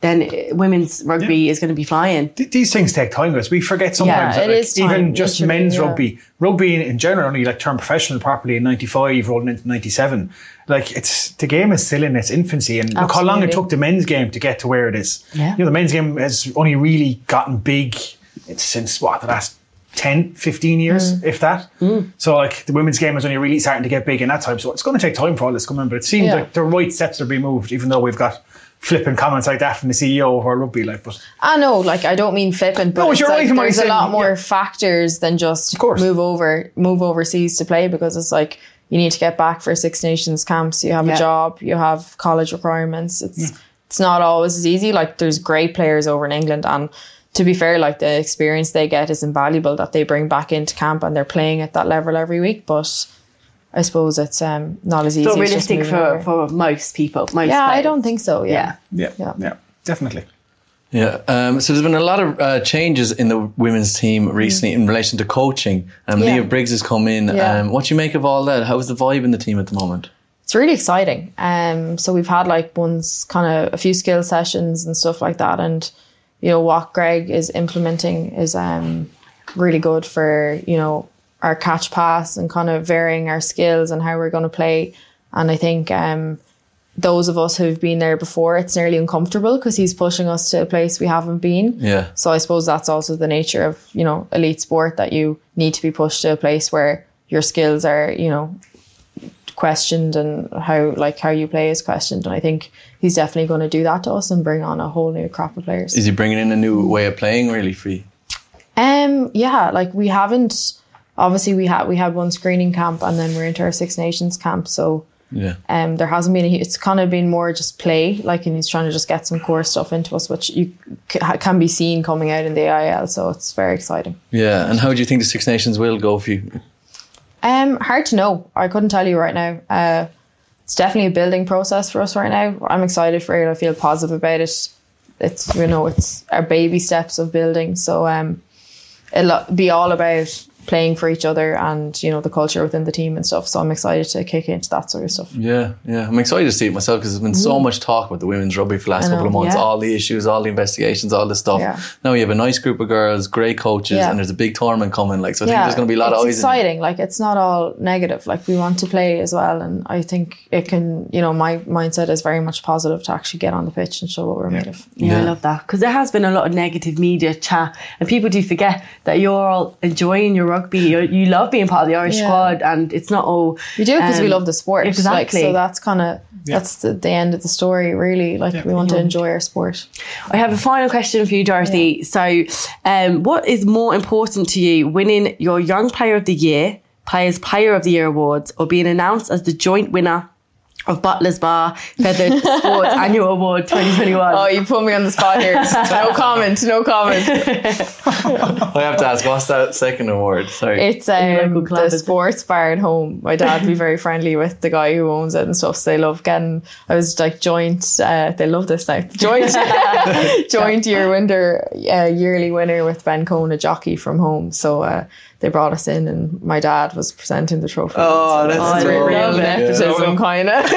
S2: then uh, women's rugby is going to be flying.
S7: Th- these things take time, guys. We forget sometimes
S1: Yeah,
S7: that
S1: it
S7: like,
S1: is time,
S7: even just
S1: literally,
S7: men's
S1: yeah.
S7: rugby, rugby in, in general only like turned professional properly in '95, rolling into '97. Like it's the game is still in its infancy, and look how long it
S1: Absolutely.
S7: took the men's game to get to where it is.
S2: Yeah.
S7: you know the men's game has only really gotten big it's since what the last. 10, 15 years,
S1: Mm.
S7: if that. So, like, the women's game is only really starting to get big in that time. So, it's going to take time for all this to come in, but it seems
S1: Yeah.
S7: like the right steps are being moved, even though we've got flipping comments like that from the CEO of our rugby. Like, but
S1: I know, like I don't mean flippant, but
S7: No,
S1: it's
S7: you're right
S1: like,
S7: in what
S1: there's
S7: you're
S1: a lot
S7: saying,
S1: more
S7: yeah.
S1: factors than just
S7: course.
S1: move over move overseas to play because it's like you need to get back for Six Nations camps, you have
S2: Yeah.
S1: a job, you have college requirements. It's it's not always as easy. Like there's great players over in England and to be fair, like the experience they get is invaluable that they bring back into camp and they're playing at that level every week. But I suppose it's um not as easy.
S2: It's not
S1: as just
S2: realistic
S1: moving
S2: for,
S1: over.
S2: for most people. Most
S1: yeah, I
S2: players.
S1: don't think so.
S2: Yeah.
S1: Yeah.
S7: yeah,
S1: Yeah.
S7: yeah definitely.
S3: Yeah. Um, so there's been a lot of uh, changes in the women's team recently in relation to coaching. Um,
S1: Mm. Yeah.
S3: Leah Briggs has come in.
S1: Yeah.
S3: Um, what do you make of all that? How is the vibe in the team at the moment?
S1: it's really exciting. Um, so we've had like ones kind of a few skill sessions and stuff like that, and you know what Greg is implementing is um really good for you know our catch pass and kind of varying our skills and how we're going to play. And I think um those of us who've been there before, it's nearly uncomfortable because he's pushing us to a place we haven't been.
S3: Yeah.
S1: So I suppose that's also the nature of, you know, elite sport that you need to be pushed to a place where your skills are, you know, questioned and how like how you play is questioned. And I think he's definitely going to do that to us and bring on a whole new crop of players.
S3: Is he bringing in a new way of playing really for you?
S1: Um, yeah, like we haven't. Obviously, we had we had one screening camp, and then we're into our Six Nations camp. So
S3: Yeah.
S1: um, there hasn't been. A, hu- it's kind of been more just play, like, and he's trying to just get some core stuff into us, which you c- ha- can be seen coming out in the IL. So it's very exciting.
S3: Yeah. And how do you think the Six Nations will go for you?
S1: Um, hard to know. I couldn't tell you right now. Uh, it's definitely a building process for us right now. I'm excited for it. I feel positive about it. It's you know, it's our baby steps of building. So um, it'll be all about playing for each other and you know the culture within the team and stuff. So I'm excited to kick into that sort of stuff.
S3: Yeah, yeah. I'm excited to see it myself because there's been so much talk about the women's rugby for the last
S1: Mm. I know,
S3: couple of months.
S2: yeah.
S3: All the issues, all the investigations, all this stuff.
S1: Yeah.
S3: Now you have a nice group of girls, great coaches,
S1: Yeah.
S3: and there's a big tournament coming. Like, so I think there's going to be a lot
S1: it's
S3: of eyes. in it.
S1: exciting. Like it's not all negative. Like we want to play as well, and I think it can. You know, my mindset is very much positive to actually get on the pitch and show what we're made of.
S2: Yeah, I
S3: Yeah.
S2: love that because there has been a lot of negative media chat, and people do forget that you're all enjoying your rugby. you you love being part of the Irish
S1: Yeah.
S2: squad, and it's not all
S1: We do because we
S2: um,
S1: love the sport. Like,
S2: Exactly.
S1: so that's kind of that's the, the end of the story. Really, like we want to enjoy our sport.
S2: I have a final question for you, Dorothy. So, um, what is more important to you, winning your Young Player of the Year, Players Player of the Year awards, or being announced as the joint winner of Butler's Bar Feathered Sports Annual Award 2021?
S1: Oh, you put me on the spot here. no comment. No comment.
S3: I have to ask, what's that second award? Sorry.
S1: It's
S2: your
S1: um,
S2: local club,
S1: the
S2: is it?
S1: sports bar at home. My dad be very friendly with the guy who owns it and stuff. So they love getting. I was like joint. Uh, they love this now. Joint, joint year winner, uh, yearly winner with Ben Cohn, a jockey from home. So uh, they brought us in, and my dad was presenting the trophy.
S3: oh,
S1: It's
S3: that's
S2: I
S1: real
S2: love it.
S1: nepotism, kind of.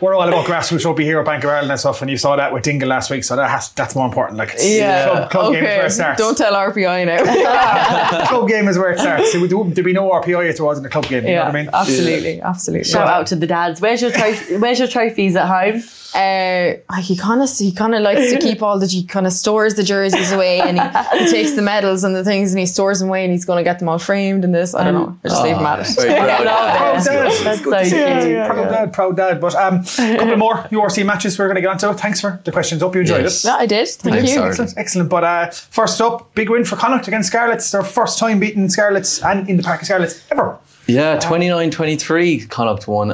S5: we're, we're all about grassroots rugby here at Bank of Ireland and stuff, and you saw that with Dingle last week, so that has, that's more important. Like, it's
S1: Yeah.
S5: club, club game is where
S1: okay.
S5: it starts.
S1: Don't tell RPI now.
S5: club game is where it starts. There would- There'd be no RPI if there wasn't a club game. You know
S1: yeah.
S5: what I mean?
S1: Absolutely. Absolutely.
S2: Shout out to the dads. Where's your trophy? Where's your trophies at home?
S1: uh, like he kind of he kind of likes to keep all the he kind of stores the jerseys away and he, he takes the medals and the things and he stores them away and he's going to get them all framed and this I don't know I just leave him at it
S3: Very proud.
S5: Proud
S2: Yeah.
S5: dad.
S2: That's
S5: Good
S2: so
S5: to see you.
S2: cute.
S5: proud dad, proud dad. But um, a couple more URC matches we're going to get onto. Thanks for the questions. Hope you enjoyed
S3: Yes.
S5: it.
S1: No, I did thank
S3: Thanks,
S1: you
S3: Sarah.
S5: Excellent, excellent. But uh, first up, big win for Connacht against Scarlets. Their first time beating Scarlets and in the park of Scarlets ever.
S3: Yeah, 29 23 Connacht won.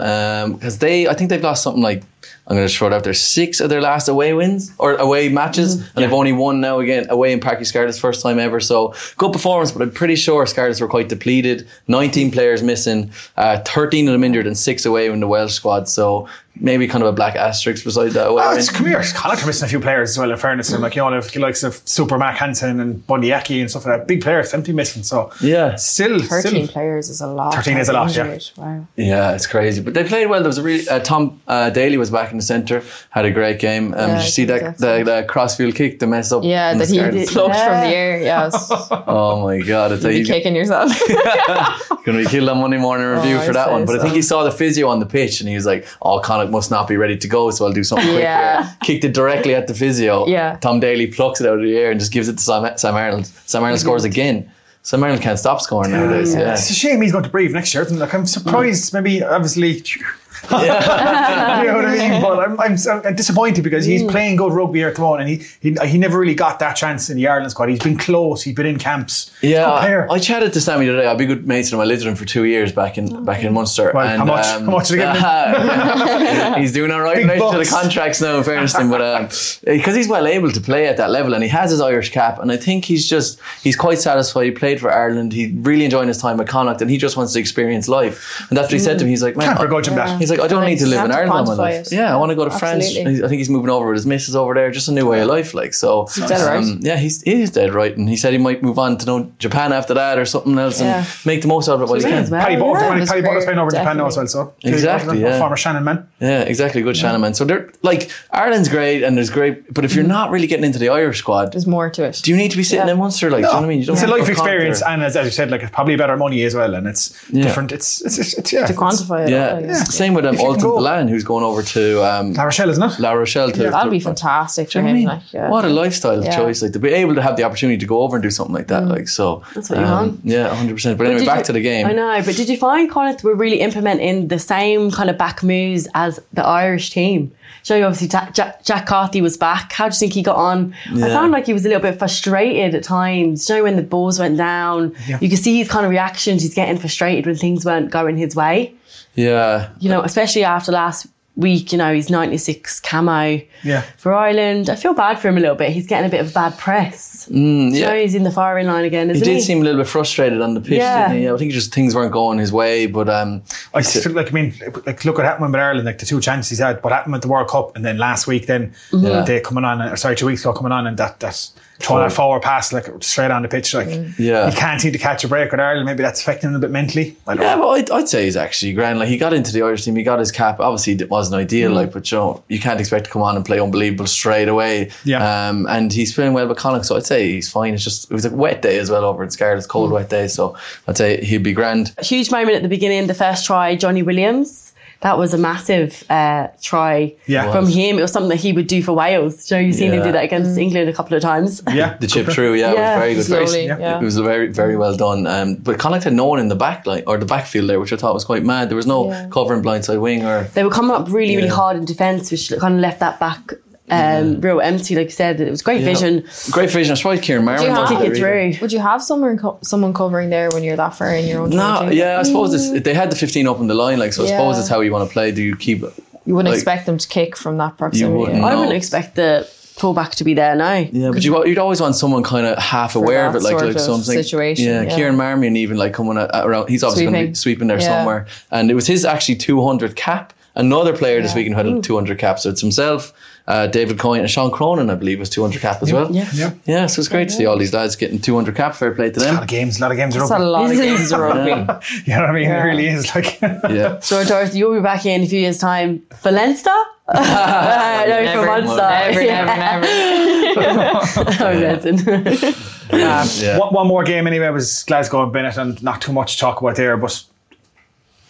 S3: Because um, they, I think they've lost something like, I'm going to throw it out there, six of their last away wins or away matches. And they've only won now again away in Parky Scarlets, first time ever. So good performance, but I'm pretty sure Scarlets were quite depleted. 19 players missing, uh, 13 of them injured, and six away in the Welsh squad. So maybe kind of a black asterisk beside that away
S5: Oh,
S3: win.
S5: it's, come here, Connacht are missing a few players as well. In fairness, and like you know, like the likes of Super Mac Hansen and Bundyaki and stuff like that. Big players, empty missing. So
S3: Yeah.
S5: still,
S1: thirteen
S5: still.
S1: players is a lot
S5: 13 is a lot, yeah.
S1: Injured. wow
S3: Yeah, it's crazy. But they played well. There was a really uh, Tom uh, Daly was back in the centre, had a great game. Um,
S1: Yeah,
S3: did you see
S1: I think
S3: that
S1: so.
S3: the, the crossfield kick, the mess up?
S1: yeah
S3: in
S1: that
S3: the
S1: he
S3: Scarlets?
S1: plucked from the
S2: Yeah.
S1: air yes
S3: Oh my god, it's
S1: you
S3: like
S1: kicking yourself
S3: gonna be killed on Monday morning review
S1: Oh, I
S3: for that
S1: say
S3: one. But I
S1: so.
S3: think he saw the physio on the pitch and he was like, Oh, Connacht must not be ready to go, so I'll do something quick
S1: Yeah.
S3: here. Kicked it directly at the physio.
S1: Yeah.
S3: Tom Daly plucks it out of the air and just gives it to Sam, Sam Arnold. Sam Arnold scores again. Sam Arnold can't stop scoring nowadays. Yeah.
S5: It's a shame he's going to breathe next year. isn't it? Like I'm
S3: Mm.
S5: surprised. Maybe obviously, you know what I mean. But I'm, I'm, I'm disappointed because he's playing good rugby here at the moment, and he, he he never really got that chance in the Ireland squad. He's been close. He's been in camps.
S3: Yeah,
S5: Good player.
S3: I, I chatted to Sammy today. I've been good mates with him. I lived with him for two years back in back in Munster. um,
S5: Well, how much- how much did you give
S3: he's doing all right
S5: Big
S3: in relation to the
S5: bucks.
S3: contracts now, in fairness to him, but um, because he's well able to play at that level and he has his Irish cap, and I think he's just he's quite satisfied. He played for Ireland. He really enjoying his time at Connacht, and he just wants to experience life. And that's what he said to me. He's like, man,
S5: Can't begrudge him
S1: Yeah.
S5: that.
S3: He's like, I don't
S1: And
S3: need to
S1: you
S3: live
S1: have
S3: in
S1: to
S3: Ireland all my
S1: quantify
S3: life.
S1: it.
S3: Yeah, I want to go to France.
S1: Absolutely.
S3: I think he's moving over with his missus over there, just a new way of life. Like so, he's
S1: dead right.
S3: Yeah, he's he is dead right, and he said he might move on to know Japan after that or something else, and
S1: Yeah.
S3: make the most out of it while he
S2: May
S3: can.
S2: as well,
S5: Paddy Butler's
S2: yeah.
S5: playing-
S1: His
S5: Paddy Butler's playing over in Japan now as well.
S1: definitely.
S5: So
S3: Exactly, yeah.
S5: former Shannon man.
S3: Yeah, exactly. Good Shannon man. So they're like Ireland's great, and there's great, but if you're not really getting into the Irish squad,
S1: there's more to it
S3: do you need to be sitting
S1: Mm-hmm. Yeah.
S3: in Munster? Like, do you know what I mean? You don't
S5: It's a
S3: have to
S5: life
S3: go Connacht
S5: experience,
S3: or-
S5: and as, as you said, like it's probably better money as well, and it's
S3: Yeah.
S5: different. It's it's, it's, it's yeah.
S1: to quantify it
S3: yeah.
S1: all,
S3: S- same with um,
S5: If you can
S3: Alton
S5: go-
S3: Delan, who's going over to um,
S5: La Rochelle, isn't it?
S3: La Rochelle. To,
S1: that'd be
S3: to-
S1: fantastic
S3: Do
S1: for
S3: you know what I
S1: him
S3: mean?
S1: like yeah.
S3: What a lifestyle
S1: Yeah.
S3: choice! Like to be able to have the opportunity to go over and do something like that, like so.
S2: Mm.
S3: um,
S2: That's what you want.
S3: Yeah, hundred percent. But anyway,
S2: Did
S3: back
S2: you-
S3: to the game.
S2: I know, but did you find Connacht were really implementing the same kind of back moves as the Irish team? So you obviously Jack, Jack, Jack Carthy was back. How do you think he got on? I
S3: Yeah.
S2: found like he was a little bit frustrated at times. You know when the balls went down, you could see his kind of reactions. He's getting frustrated when things weren't going his way.
S3: Yeah,
S2: You know, especially after last week. You know, he's ninety six camo
S5: Yeah.
S2: for Ireland. I feel bad for him a little bit. He's getting a bit of bad press. You know,
S3: Mm, yeah.
S2: he's in the firing line again,
S3: He
S2: isn't he?
S3: did seem a little bit frustrated on the pitch,
S2: Yeah.
S3: didn't he? Yeah, I think just things weren't going his way. But um,
S5: I just feel like I mean, like look what happened with Ireland, like the two chances he's had, what happened with the World Cup, and then last week, then
S3: Mm-hmm. Yeah.
S5: they coming on, or sorry, two weeks ago coming on, and that that throwing that forward pass like straight on the pitch, like
S3: Mm-hmm. Yeah.
S5: you can't seem to catch a break with Ireland. Maybe that's affecting him a bit mentally. I don't
S3: yeah,
S5: know.
S3: well, I'd, I'd say he's actually grand. Like he got into the Irish team, he got his cap. Obviously, it wasn't
S2: Mm.
S3: ideal. Like, but you know, you can't expect to come on and play unbelievable straight away.
S5: Yeah.
S3: Um, and he's playing well with Connacht, so I'd say he's fine. It's just it was a wet day as well over in Scarlet,
S2: Mm.
S3: cold wet day. So I'd say he'd be grand.
S2: huge moment at the beginning, the first try, Johnny Williams. That was a massive uh, try
S5: Yeah.
S2: from him. It was something that he would do for Wales. So you've seen him
S3: Yeah.
S2: do that against England a couple of times.
S5: yeah,
S3: The chip through, yeah,
S2: Yeah,
S3: it was very good.
S1: slowly,
S3: Very,
S1: yeah.
S3: It was very, very well done. Um, but Connacht had no one in the back line or the backfield there, which I thought was quite mad. There was no
S1: Yeah.
S3: covering blindside wing or
S2: They were coming up really, really
S3: Yeah.
S2: hard in defence, which kind of left that back um, real empty. Like you said, it was great
S3: Yeah.
S2: vision.
S3: great vision. I was probably Kieran Marmon.
S1: you
S3: was
S1: have-
S2: Kick
S3: there
S2: it
S3: either.
S2: through.
S1: would you have someone co- someone covering there when you're that far in your own
S3: No,
S1: 22?
S3: yeah, I suppose it's, they had the 15 up on the line, like so. I suppose
S1: Mm. Yeah.
S3: it's how you want to play. Do you keep?
S1: you wouldn't
S3: like-
S1: expect them to kick from that proximity
S3: wouldn't.
S2: I
S3: No.
S2: wouldn't expect the fullback to be there now.
S3: Yeah, but you, you'd always want someone kind of half aware of
S1: that
S3: it, like
S1: sort
S3: like
S1: of
S3: something.
S1: situation,
S3: Yeah,
S1: yeah.
S3: Kieran Marmion even like coming a- around. He's obviously going to
S1: Sweeping.
S3: be sweeping there
S1: Yeah.
S3: somewhere, and it was his actually 200th cap. another player this weekend who had 200 caps. So it's himself, uh, David Coyne, and Sean Cronin, I believe, was 200 cap as well. Yeah. yeah. so it's great to see all these lads getting 200 cap. Fair play to
S5: A lot
S3: them.
S5: of games, a lot of games are
S1: That's a
S5: open.
S1: lot of games.
S3: Yeah.
S5: You know what I mean? It really is like.
S3: yeah.
S2: So, Dorothy, you'll be back in a few years' time for Leinster? Uh, no, for
S8: Never,
S2: Munster.
S8: never,
S2: Yeah.
S8: never, never.
S2: Sorry, Benson.
S5: Um,
S3: Yeah.
S5: one, one more game anyway was Glasgow and Bennett, and not too much to talk about there. But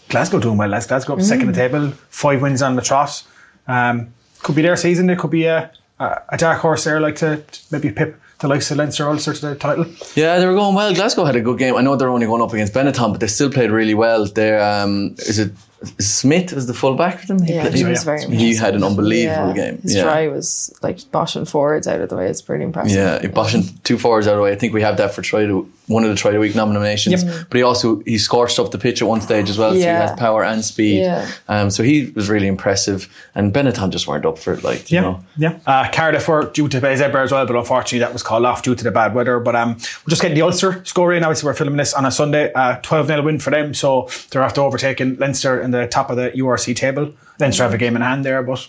S5: Glasgow doing well, lads. Glasgow up second in the table, five wins on the trot. Um, could be their season. It could be a, a, a dark horse there, like to, to maybe pip the likes of Leinster Ulster to the title.
S3: Yeah, they were going well. Glasgow had a good game. I know they're only going up against Benetton, but they still played really well. Their um, is it Smith was the fullback for them? He,
S1: Yeah,
S3: played-
S1: he was very
S3: he had an unbelievable
S1: Yeah.
S3: game.
S1: His
S3: yeah.
S1: try was like boshing forwards out of the way. It's pretty impressive.
S3: Yeah, he boshing two forwards out of the way. I think we have that for try to, one of the try to week nominations. But he also he scorched up the pitch at one stage as well, so he
S1: Yeah.
S3: has power and speed.
S1: Yeah.
S3: Um, so he was really impressive, and Benetton just weren't up for it. Like you
S5: Yeah,
S3: know,
S5: yeah. Uh, Cardiff were due to play Zebra as well, but unfortunately that was called off due to the bad weather. But um, we're just getting the Ulster score in. Obviously, we're filming this on a Sunday. Uh, Twelve 0 win for them, so they're after overtaking Leinster in the top of the URC table. Leinster have a game in hand there, but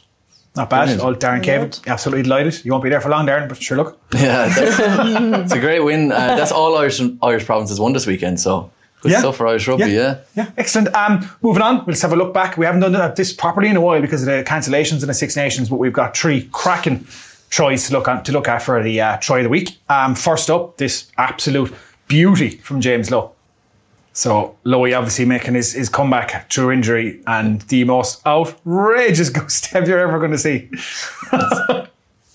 S5: not bad.
S3: Brilliant.
S5: Old Darren Cave,
S1: Brilliant.
S5: absolutely delighted. You won't be there for long, Darren, but sure look.
S3: yeah, that's- it's a great win. Uh, that's all Irish Irish provinces won this weekend. So good
S5: Yeah.
S3: stuff for Irish rugby.
S5: Yeah.
S3: yeah.
S5: Yeah, excellent. Um, moving on, let's have a look back. We haven't done uh, this properly in a while because of the cancellations and the Six Nations, but we've got three cracking tries to look on, to look at for the uh, try of the week. Um, first up, this absolute beauty from James Lowe. So Lowy obviously making his, his comeback through injury and the most outrageous goose step you're ever going to see.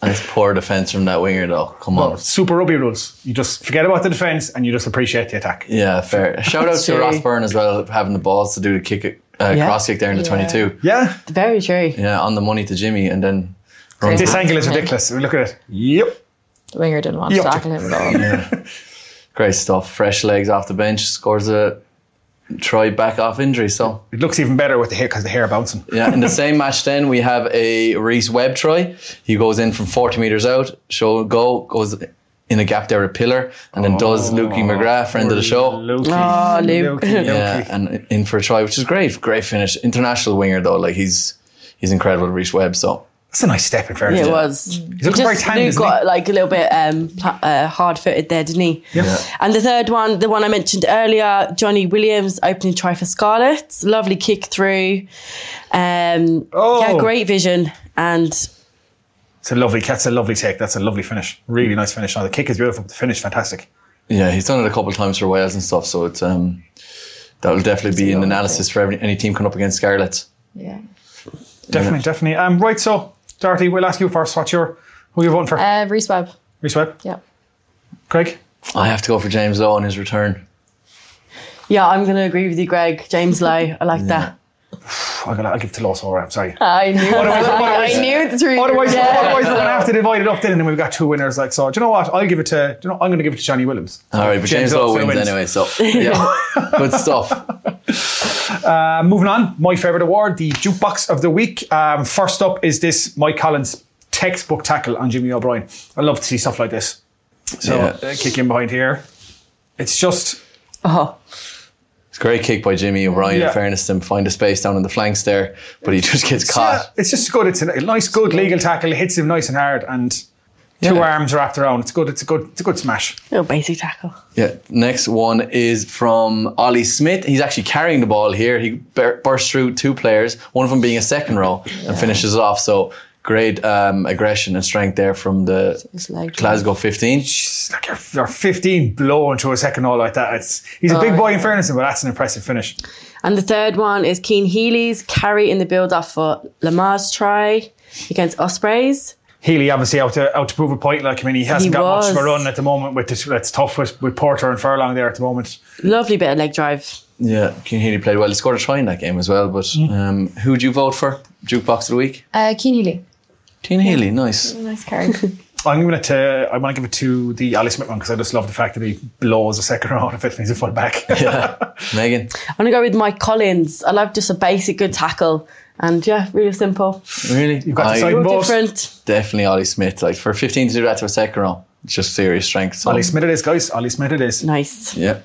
S3: And it's poor defense from that winger though. Come on.
S5: Super rugby rules. You just forget about the defence and you just appreciate the attack.
S3: Yeah, fair. Shout out to
S2: true.
S3: Ross Byrne as well, having the balls to do the kick, uh,
S2: Yeah.
S3: cross kick there in the
S1: Yeah.
S3: 22.
S5: Yeah,
S2: Very true.
S3: Yeah, on the money to Jimmy, and then runs
S5: this angle is ridiculous. Look at it. Yep.
S1: The winger didn't want to
S5: Yeah.
S1: tackle him at all.
S3: Great stuff. Fresh legs off the bench, scores a try back off injury. So
S5: It looks even better with the hair because the hair bouncing.
S3: yeah, in the same match, then we have a Reese Webb try. He goes in from forty meters out, show go goes in a gap there a pillar, and then does
S5: Oh,
S3: Lukey McGrath, friend of the show.
S2: Oh, Luke.
S3: Yeah, and in for a try, which is great. Great finish. International winger though, like he's he's incredible, Reese Webb. So
S5: That's a nice step in fairness.
S2: It was. He's
S5: looking very tan,
S2: Luke
S5: isn't
S2: got like a little bit um, pla- uh, hard-footed there, didn't he?
S3: Yeah.
S2: And the third one, the one I mentioned earlier, Johnny Williams opening try for Scarlets. Lovely kick through. Um,
S5: Oh.
S2: Yeah, great vision and
S5: It's a lovely, that's a lovely take. That's a lovely finish. Really nice finish. Now, the kick is beautiful, but the finish, fantastic.
S3: yeah, he's done it a couple of times for Wales and stuff. So it's um that will definitely be an analysis for every, any team coming up against Scarlets.
S1: Yeah.
S5: Definitely, definitely. Um, right, so, Dorothy, we'll ask you first. What's your, who you're voting for?
S1: Uh, Reese Webb.
S5: Reese Webb?
S1: Yeah.
S5: Craig?
S3: I have to go for James Lowe on his return.
S2: yeah, I'm going to agree with you, Greg. James Lowe, I like that.
S5: I'll, I'll give it to Law Sora, I'm sorry.
S2: Oh,
S1: I knew.
S5: Otherwise- otherwise-
S1: I knew the three.
S5: Otherwise, otherwise we're going to have to divide it up then, and then we've got two winners. Like, so, do you know what? I'll give it to, do you know, I'm going to give it to Johnny Williams.
S3: All right, but
S5: James
S3: James, Lowe
S5: Lowe
S3: wins,
S5: wins.
S3: anyway. So yeah, good stuff.
S5: Um, moving on, my favourite award, the jukebox of the week. Um, first up is this Mike Collins textbook tackle on Jimmy O'Brien. I love to see stuff like this. So
S3: Yeah.
S5: uh, kick in behind here. It's just
S2: Oh,
S3: It's a great kick by Jimmy O'Brien.
S5: Yeah.
S3: In fairness to him, find a space down in the flanks there, but he just gets caught.
S5: uh, it's just good. It's a nice, good legal tackle. It hits him nice and hard, and two
S3: Yeah.
S5: arms wrapped around. It's good. It's a good. It's a good smash.
S2: little basic tackle.
S3: Yeah. Next one is from Ollie Smith. He's actually carrying the ball here. He bur- bursts through two players, one of them being a second row, and finishes it off. So great um, aggression and strength there from the
S1: It's like-
S3: Glasgow 15.
S5: It's like you're, you're 15 blowing through a second all like that. It's he's a
S3: Oh,
S5: big boy in fairness, but that's an impressive finish.
S2: And the third one is Keen Healy's carry in the build-up for Lamar's try against Ospreys.
S5: Healy obviously out to out to prove a point. Like I mean, he
S2: He
S5: hasn't got
S2: was.
S5: much of a run at the moment. With this, that's tough with, with Porter and Furlong there at the moment.
S2: Lovely bit of leg drive.
S3: Yeah, Keane Healy played well. He scored a try in that game as well. But
S5: Mm.
S3: um, who'd you vote for? Jukebox of the week?
S1: Uh, Keane Healy.
S3: Keane Healy, nice.
S1: Nice carry.
S5: I'm giving it to I want to give it to the Ali Smith one because I just love the fact that he blows a second round if it needs a full back.
S3: Megan?
S2: I'm going to go with Mike Collins. I love just a basic good tackle. And yeah, really simple.
S3: Really? You've
S5: got to say- Boss.
S2: Different.
S3: definitely Ollie Smith. Like for 15 to do that to a second round, it's just serious strength. So,
S5: Ali Smith it is, guys. Ali Smith it is.
S2: Nice.
S3: Yeah.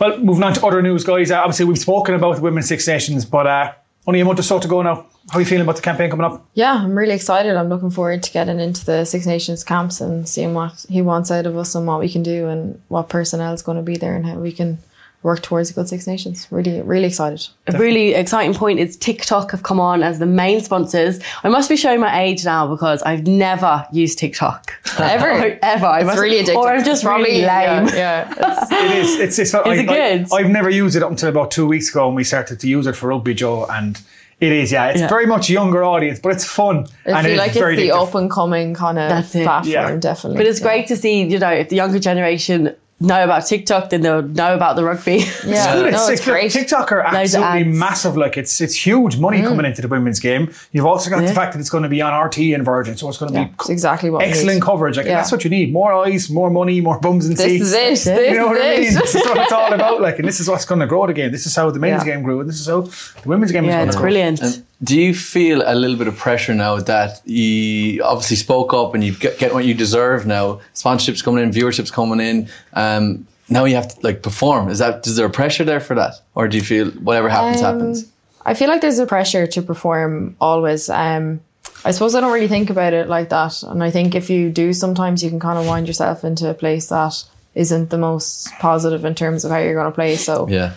S5: Well, moving on to other news, guys. Uh, obviously, we've spoken about the Women's Six Nations, but uh, Only a month or so to go now. How are you feeling about the campaign coming up?
S1: Yeah, I'm really excited. I'm looking forward to getting into the Six Nations camps and seeing what he wants out of us and what we can do and what personnel is going to be there and how we can work towards a good Six Nations. Really, really excited.
S2: A really exciting point is TikTok have come on as the main sponsors. I must be showing my age now because I've never used TikTok.
S1: Ever.
S2: Ever. I
S1: It's
S2: must-
S1: really addictive.
S2: Or I'm just
S1: It's probably-
S2: really lame.
S1: Yeah. yeah. It's-
S5: It is. It's, it's, I,
S2: it good?
S5: I, have never used it up until about two weeks ago when we started to use it for Rugby Joe. And it is, yeah, it's
S2: Yeah.
S5: very much younger audience, but it's fun.
S1: I
S5: and
S1: feel like it's
S5: very
S1: the
S5: addictive.
S1: up and coming kind of
S2: That's it.
S1: platform,
S5: Yeah.
S1: definitely.
S2: But it's
S1: Yeah.
S2: great to see, you know, if the younger generation know about TikTok, then they'll know about the rugby.
S1: Yeah,
S5: Dude,
S1: Uh, no,
S5: it's,
S1: it's
S5: sick. Like,
S1: great. Mm.
S5: TikTok are
S2: Loads of
S5: absolutely
S2: ads.
S5: massive. Like it's it's huge money coming into the women's game. You've also got the
S2: Yeah.
S5: fact that it's going to be on RT and Virgin, so it's going to
S1: Yeah,
S5: be
S1: it's exactly what we
S5: excellent
S1: need.
S5: coverage. Like
S1: Yeah.
S5: that's what you need: more eyes, more money, more bums and
S1: This
S5: seats.
S1: is it. This
S5: You know what I mean?
S1: is
S5: This
S1: it.
S5: is what it's all about. Like, and this is what's going to grow the game. This is how the men's
S1: Yeah.
S5: game grew, and this is how the women's game
S2: Yeah,
S5: is
S2: it's
S5: going to grow.
S2: brilliant.
S3: And do you feel a little bit of pressure now that you obviously spoke up and you get, get what you deserve now? Sponsorships coming in, viewerships coming in. Um, now you have to like perform. Is that is there pressure there for that, or do you feel whatever happens
S1: Um,
S3: happens?
S1: I feel like there's a pressure to perform always. Um, I suppose I don't really think about it like that. And I think if you do, sometimes you can kind of wind yourself into a place that isn't the most positive in terms of how you're going to play. So,
S3: Yeah,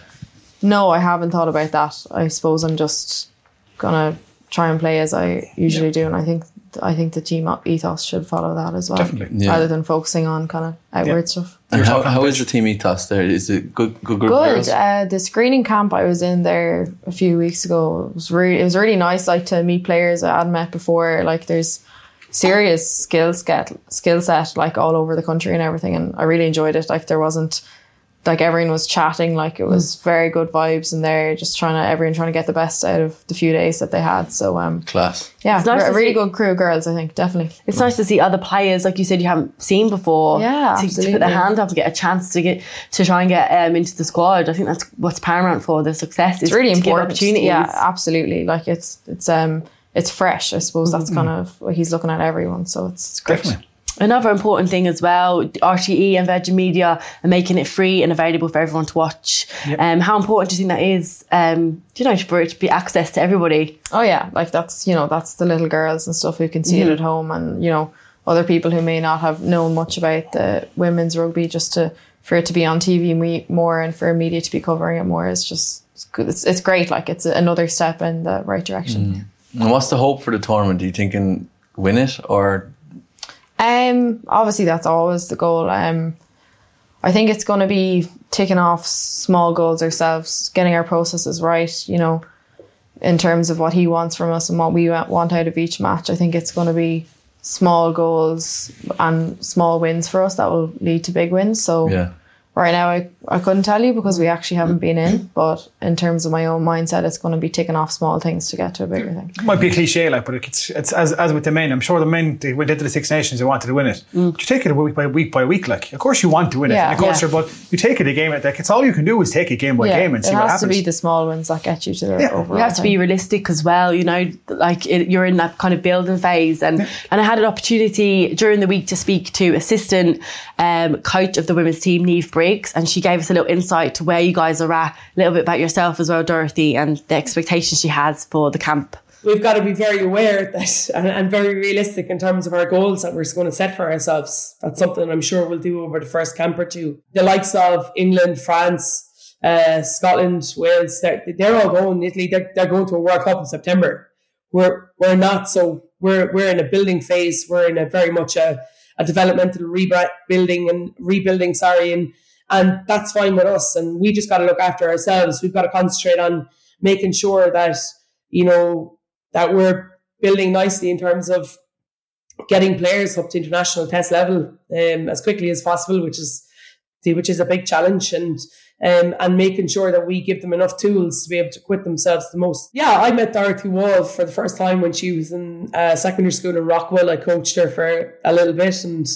S1: no, I haven't thought about that. I suppose I'm just going to try and play as I usually do. And I think I think the team ethos should follow that as well.
S5: Definitely.
S3: Yeah.
S1: Rather than focusing on kind of outward stuff.
S3: and how, how is the team ethos there? Is it good? Good group. Of
S1: good.
S3: girls?
S1: Uh, the screening camp I was in there a few weeks ago it was really it was really nice. Like to meet players I had met before. Like there's serious skill set skill set like all over the country and everything, and I really enjoyed it. Like there wasn't like everyone was chatting. Like it was
S2: Hmm.
S1: very good vibes in there. Just trying to everyone trying to get the best out of the few days that they had. So um
S3: Class.
S1: yeah,
S2: nice
S1: a
S2: to
S1: really
S2: see-
S1: good crew of girls. I think definitely.
S2: it's nice to see other players, like you said, you haven't seen before. to, to
S1: Yeah,
S2: put
S1: absolutely.
S2: their hand up and get a chance to get to try and get um, into the squad. I think that's what's paramount for the success.
S1: it's really
S2: to give
S1: important
S2: opportunities.
S1: yeah absolutely like it's it's um it's fresh i suppose that's kind
S2: Mm-hmm.
S1: of what he's looking at everyone so it's, it's great
S5: Definitely.
S2: Another important thing as well, RTE and Virgin Media are making it free and available for everyone to watch. Um, how important do you think that is? Um, do you know for it to be access to everybody?
S1: oh yeah like that's you know that's the little girls and stuff who can see
S2: Mm-hmm.
S1: it at home and you know other people who may not have known much about the women's rugby just to for it to be on tv me- more and for media to be covering it more is just it's good it's, it's great like it's another step in the right direction
S3: And what's the hope for the tournament? Do you think can win it or
S1: Um, obviously that's always the goal. Um, I think it's going to be ticking off small goals ourselves, getting our processes right. You know, in terms of what he wants from us and what we wa- want out of each match. I think it's going to be small goals and small wins for us that will lead to big wins. So
S3: yeah?
S1: right now I, I couldn't tell you because we actually haven't been in. But in terms of my own mindset, it's going to be ticking off small things to get to a bigger thing.
S5: Might be a cliche, like, but it's, it's as as with the men. I'm sure the men they went into the Six Nations and wanted to win it. But you take it week by week by week. Like, of course you want to win it.
S1: Mm. Yeah.
S5: And of course,
S1: Yeah.
S5: you're- but you take it a game at like it's all you can do is take it game by game and
S1: it
S5: see what
S1: has
S5: happens.
S1: to be the small wins that get you to the
S5: Yeah.
S1: overall.
S2: You have to
S1: thing.
S2: be realistic as well. You know, like it, you're in that kind of building phase. And and I had an opportunity during the week to speak to assistant um, coach of the women's team, Neve Briggs, and she gave us a little insight to where you guys are at, a little bit about yourself as well, Dorothy, and the expectations she has for the camp.
S9: we've got to be very aware that and, and very realistic in terms of our goals that we're going to set for ourselves. That's something I'm sure we'll do over the first camp or two. The likes of England, France, uh, Scotland, Wales, they're, they're all going. Italy, they're, they're going to a World Cup in September. We're we're not so we're we're in a building phase. We're in a very much a, a developmental rebuilding and rebuilding. Sorry, and and that's fine with us. And we just got to look after ourselves. We've got to concentrate on making sure that you know that we're building nicely in terms of getting players up to international test level um, as quickly as possible, which is which is a big challenge, and um, and making sure that we give them enough tools to be able to quit themselves the most. Yeah, I met Dorothy Wall for the first time when she was in uh, secondary school in Rockwell. I coached her for a little bit, and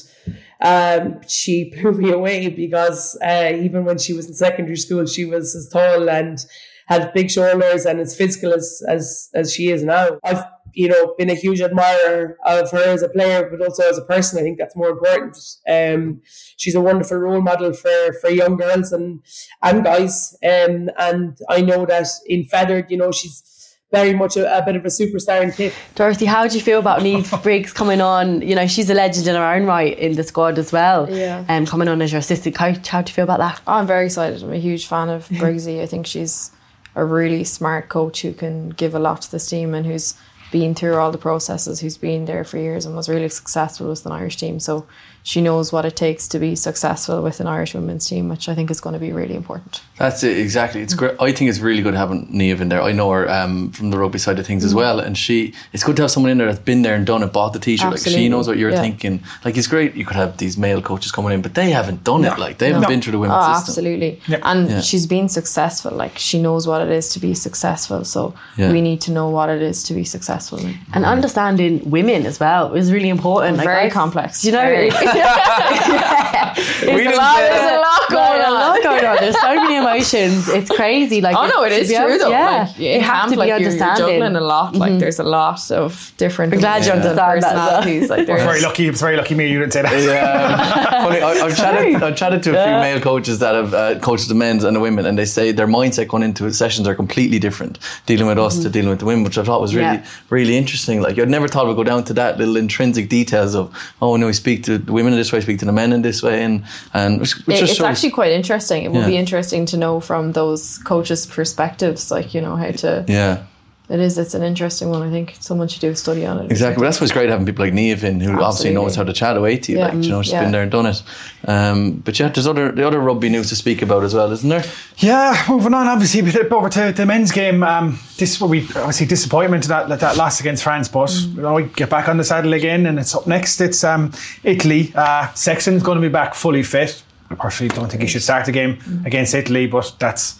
S9: um, she blew me away because uh, even when she was in secondary school, she was as tall and had big shoulders and as physical as as as she is now. I've you know been a huge admirer of her as a player, but also as a person. I think that's more important. Um, she's a wonderful role model for for young girls and and guys. Um, and I know that in feathered, you know, she's very much a, a bit of a superstar in Kip.
S2: Dorothy, how do you feel about Neve Briggs coming on? You know, she's a legend in her own right in the squad as well.
S1: Yeah.
S2: Um, coming on as your assistant coach, how do you feel about that?
S1: I'm very excited. I'm a huge fan of Briggsy. I think she's a really smart coach who can give a lot to this team and who's been through all the processes, who's been there for years and was really successful with an Irish team. So she knows what it takes to be successful with an Irish women's team, which I think is going to be really important.
S3: That's it, exactly. It's great. I think it's really good having Neve in there. I know her um, from the rugby side of things as
S1: Mm.
S3: well, and she. It's good to have someone in there that's been there and done it, bought the T-shirt. Like
S1: Absolutely.
S3: she knows what you're
S1: Yeah.
S3: thinking. Like it's great. You could have these male coaches coming in, but they haven't done it. Like they haven't been through the women's
S1: Oh,
S3: system.
S1: absolutely. And she's been successful. Like she knows what it is to be successful. So
S3: Yeah.
S1: we need to know what it is to be successful. in.
S2: And understanding women as well is really important. Like,
S1: very
S2: I've-
S1: complex.
S2: You know,
S1: Very.
S2: it- Yeah. there's, a lot, there's a lot going on. There's so many emotions. It's crazy. Like,
S1: Oh no, it
S2: to
S1: is
S2: be
S1: true
S2: able-
S1: though.
S2: Yeah,
S1: Like, in
S2: you have
S1: camp,
S2: to be
S1: like, you're-
S2: understanding.
S1: You're juggling a lot. Like there's a lot of different.
S2: glad you
S1: emotions
S2: understand
S1: and
S2: that as well.
S1: personalities. Like there's
S5: Very lucky. It's very lucky me you didn't say that.
S3: Yeah, funny. I, I've chatted. I've chatted to a few male coaches that have uh, coached the men's and the women, and they say their mindset going into sessions are completely different dealing with us to
S1: Mm-hmm.
S3: dealing with the women, which I thought was really,
S2: Yeah.
S3: really interesting. Like I'd never thought we'd go down to that little intrinsic details of oh no, we speak to the women in this way, speak to the men in this way, and and which, which
S1: It-
S3: just
S1: it's
S3: shows-
S1: actually quite interesting. It will be
S3: Yeah.
S1: interesting to know from those coaches' perspectives, like you know how to.
S3: yeah.
S1: It is. It's an interesting one. I think someone should do a study on it.
S3: Exactly. But that's what's great having people like Neve in, who obviously
S1: Absolutely.
S3: knows how to chat away to you.
S1: Yeah.
S3: Like, you know, she's
S1: Yeah.
S3: been there and done it. Um, but yeah, there's other the other rugby news to speak about as well, isn't there?
S5: Yeah, moving on, obviously, we flip over to the men's game. Um, this will be obviously disappointment to that, that, that loss against France, but you know, we get back on the saddle again, and it's up next. It's um, Italy. Uh, Sexton's going to be back fully fit. I personally don't think he should start the game against Italy, but that's.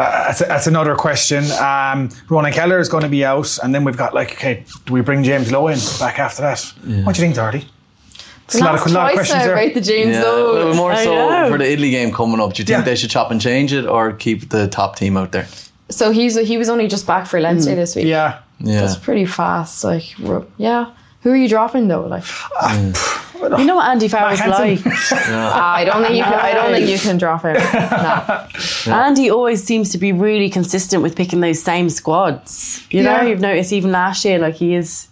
S5: Uh, that's, that's another question. Um, Ronan Keller is going to be out, and then we've got like, okay, do we bring James Lowe in back after that? What do you think, Darty? It's a lot of,
S1: Last
S5: a lot of
S1: choice
S5: questions
S1: now
S5: there.
S1: about the James
S3: Yeah,
S1: though.
S3: a little more
S2: I
S3: so
S2: know.
S3: for the Italy game coming up. Do you think
S5: Yeah.
S3: they should chop and change it or keep the top team out there?
S1: So he's he was only just back for Leinster this week.
S5: Yeah,
S3: Yeah,
S1: That's pretty fast. Like we're- yeah. Who are you dropping though? Like
S2: You know what Andy Farrell's like?
S5: Hansen.
S1: I don't think you can, I don't think you can drop him. No.
S2: Andy always seems to be really consistent with picking those same squads. You
S5: Yeah.
S2: know, you've noticed even last year, like he is.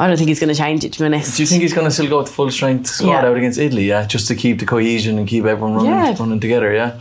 S2: I don't think he's going to change it to be honest.
S3: Do you think he's going to still go with the full strength squad
S2: Yeah.
S3: out against Italy? Yeah, just to keep the cohesion and keep everyone running,
S2: Yeah.
S3: running together. Yeah,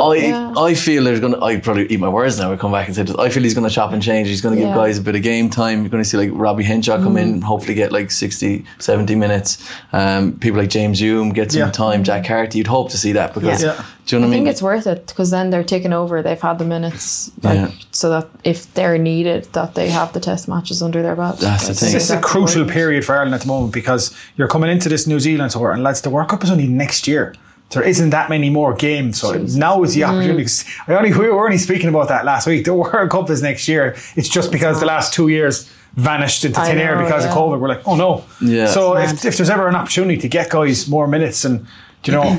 S3: I
S1: yeah.
S3: I feel there's going to. I probably eat my words now. I come back and say this. I feel he's going to chop and change. He's going to give
S1: Yeah.
S3: guys a bit of game time. You're going to see like Robbie Henshaw come in, hopefully get like 60, 70 minutes. Um, people like James Hume get some
S5: Yeah.
S3: time. Jack Carty. You'd hope to see that because
S5: Yeah. Yeah.
S3: do you know
S1: I
S3: what I mean?
S1: think it's worth it because then they're taking over. They've had the minutes, like,
S3: Yeah.
S1: so that if they're needed, that they have the test matches under their belt.
S3: That's the thing.
S5: This is
S1: exactly
S5: a crucial
S1: right.
S5: period for Ireland at the moment because you're coming into this New Zealand tour, and lads, the World Cup is only next year. There isn't that many more games, so now
S1: Mm.
S5: is the opportunity. 'Cause I only we were only speaking about that last week. The World Cup is next year. It's just because the last two years vanished into
S1: I
S5: thin air
S1: know,
S5: because of
S1: yeah.
S5: COVID. We're like, oh no.
S3: Yeah.
S5: So if, if there's ever an opportunity to get guys more minutes and you know.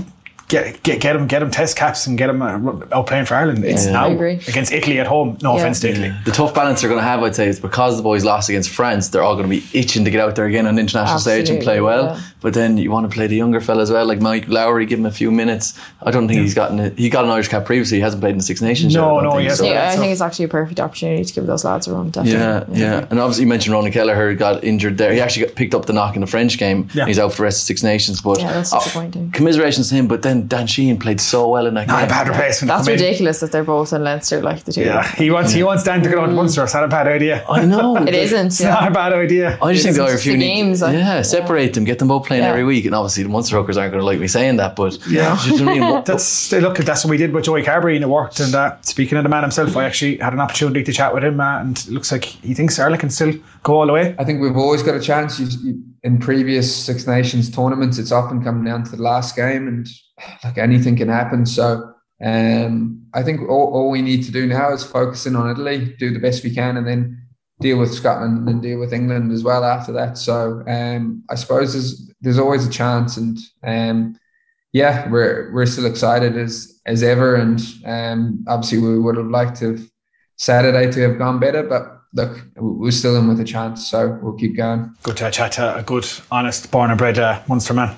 S5: Get, get get them get them test caps and get them uh, out playing for Ireland. It's
S1: I
S5: now
S1: agree.
S5: against Italy at home. No
S1: Yeah.
S5: offense to Italy.
S3: The tough balance they're going to have, I'd say, is because the boys lost against France, they're all going to be itching to get out there again on the international stage and
S1: Absolutely,
S3: play well.
S1: yeah.
S3: But then you want to play the younger fella as well, like Mike Lowry, give him a few minutes. I don't think he's gotten a, he got an Irish cap previously. He hasn't played in the Six Nations. yet, I
S5: No,
S3: don't
S5: no,
S3: think,
S5: he
S3: so-
S5: hasn't.
S1: Yeah, I
S5: So-
S1: think it's actually a perfect opportunity to give those lads a run. Definitely.
S3: Yeah, yeah. And obviously, you mentioned Ronan Kelleher got injured there. He actually got picked up the knock in the French game.
S5: Yeah.
S3: He's out for the rest of Six Nations. But
S1: Yeah,
S5: Oh,
S1: that's
S3: uh,
S1: disappointing.
S3: commiserations to him. But then Dan Sheehan played so well in that
S5: Not
S3: game.
S5: a bad replacement.
S1: That's
S5: Come in.
S1: ridiculous that they're both in Leinster like the two. of them.
S5: Yeah, he wants he wants Dan to get on Munster. It's not a bad idea.
S3: I know.
S1: It isn't.
S5: It's not
S1: Yeah.
S5: a bad idea.
S3: I just think the
S1: It's
S3: Irish
S1: just the
S3: few need
S1: games, like-
S3: yeah, separate them, get them both playing
S1: Yeah.
S3: every week, and obviously the Munster hookers aren't going to like me saying that, but
S5: Yeah.
S3: Do you know what I mean? What-
S5: That's they look. That's what we did with Joey Carberry, and it worked. And uh, speaking of the man himself, I actually had an opportunity to chat with him, uh, and it looks like he thinks Ireland can still go all the way.
S10: I think we've always got a chance. You, you, in previous Six Nations tournaments, it's often come down to the last game, and like anything can happen. So um, I think all, all we need to do now is focus in on Italy, do the best we can, and then deal with Scotland and then deal with England as well after that. So um, I suppose there's there's always a chance, and um, yeah, we're we're still excited as as ever, and um, obviously we would have liked to. Have, Saturday to have gone better, but look, we're still in with a chance, so we'll keep going.
S5: Good to chat to a good, honest, born and bred uh, Munster man.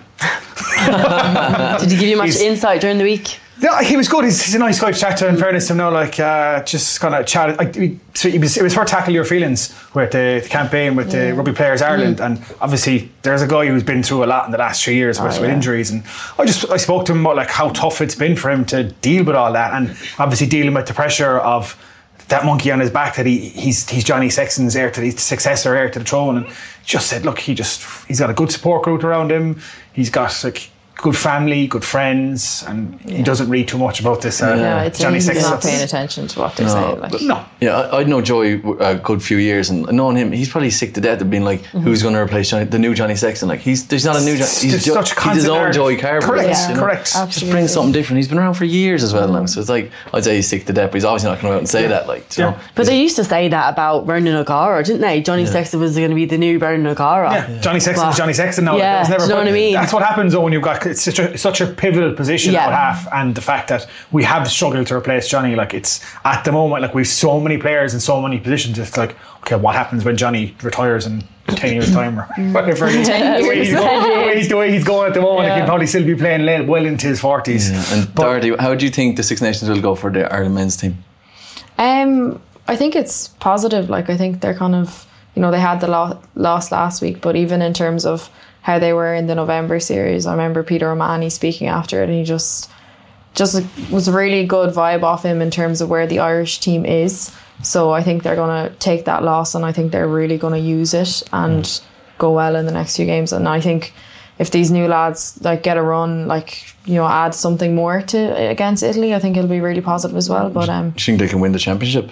S2: Did he give you much
S5: He's-
S2: insight during the week?
S5: Yeah, he was good. He's, he's a nice guy to chat to. In fairness to him, now, like uh, just kind of chat. I, we- so it was it was for tackle your feelings with the, the campaign with the Rugby Players Ireland, and obviously there's a guy who's been through a lot in the last three years with, with injuries, and I just I spoke to him about like how tough it's been for him to deal with all that, and obviously dealing with the pressure of that monkey on his back that he he's he's Johnny Sexton's heir to the successor, heir to the throne, and just said, look, he just he's got a good support group around him. He's got like good family, good friends, and he doesn't read too much about this. Uh,
S1: Yeah, it's
S5: Johnny
S1: he's not
S5: Sexton.
S1: paying attention to what they say. Like,
S5: No,
S3: uh, Yeah, I, I'd known Joey uh, a good few years, and knowing him, he's probably sick to death of being like,
S1: Mm-hmm.
S3: "Who's going to replace Johnny, the new Johnny Sexton?" Like, he's there's not a new Johnny.
S5: It's
S3: He's,
S5: just
S3: Jo-
S5: such
S3: he's his
S5: constant
S3: own
S5: narrative.
S3: Joey Carver.
S5: Correct,
S3: like, you know?
S5: correct.
S3: Just bring something different. He's been around for years as well now, so it's like I'd say he's sick to death, but he's obviously not going to go out and say that. Like, do you know?
S2: But they used to say that about Ronan O'Gara, didn't they? Johnny Sexton was going to be the new Ronan O'Gara.
S5: Yeah, Johnny Sexton,
S2: Wow.
S5: Johnny Sexton. Now
S2: Yeah,
S5: It was never
S2: do you know
S5: put-
S2: what I mean?
S5: That's what happens though when you've got it's such a such a pivotal position
S2: Yeah.
S5: at half, and the fact that we have struggled to replace Johnny. Like it's at the moment, like we've so many players in so many positions. It's like, okay, what happens when Johnny retires in ten years' time or
S2: Mm.
S5: whatever? it is. the, way he's going, the, way he's, the way he's going at the moment, like he'll probably still be playing late, well into his forties.
S3: And Doherty, how do you think the Six Nations will go for the Ireland men's team?
S1: Um, I think it's positive. Like I think they're kind of you know they had the lo- loss last week, but even in terms of how they were in the November series, I remember Peter Romani speaking after it, and he just just was a really good vibe off him in terms of where the Irish team is. So I think they're gonna take that loss, and I think they're really gonna use it and go well in the next few games. And I think if these new lads like get a run, like you know, add something more to against Italy, I think it'll be really positive as well. But um,
S3: Do you think they can win the championship?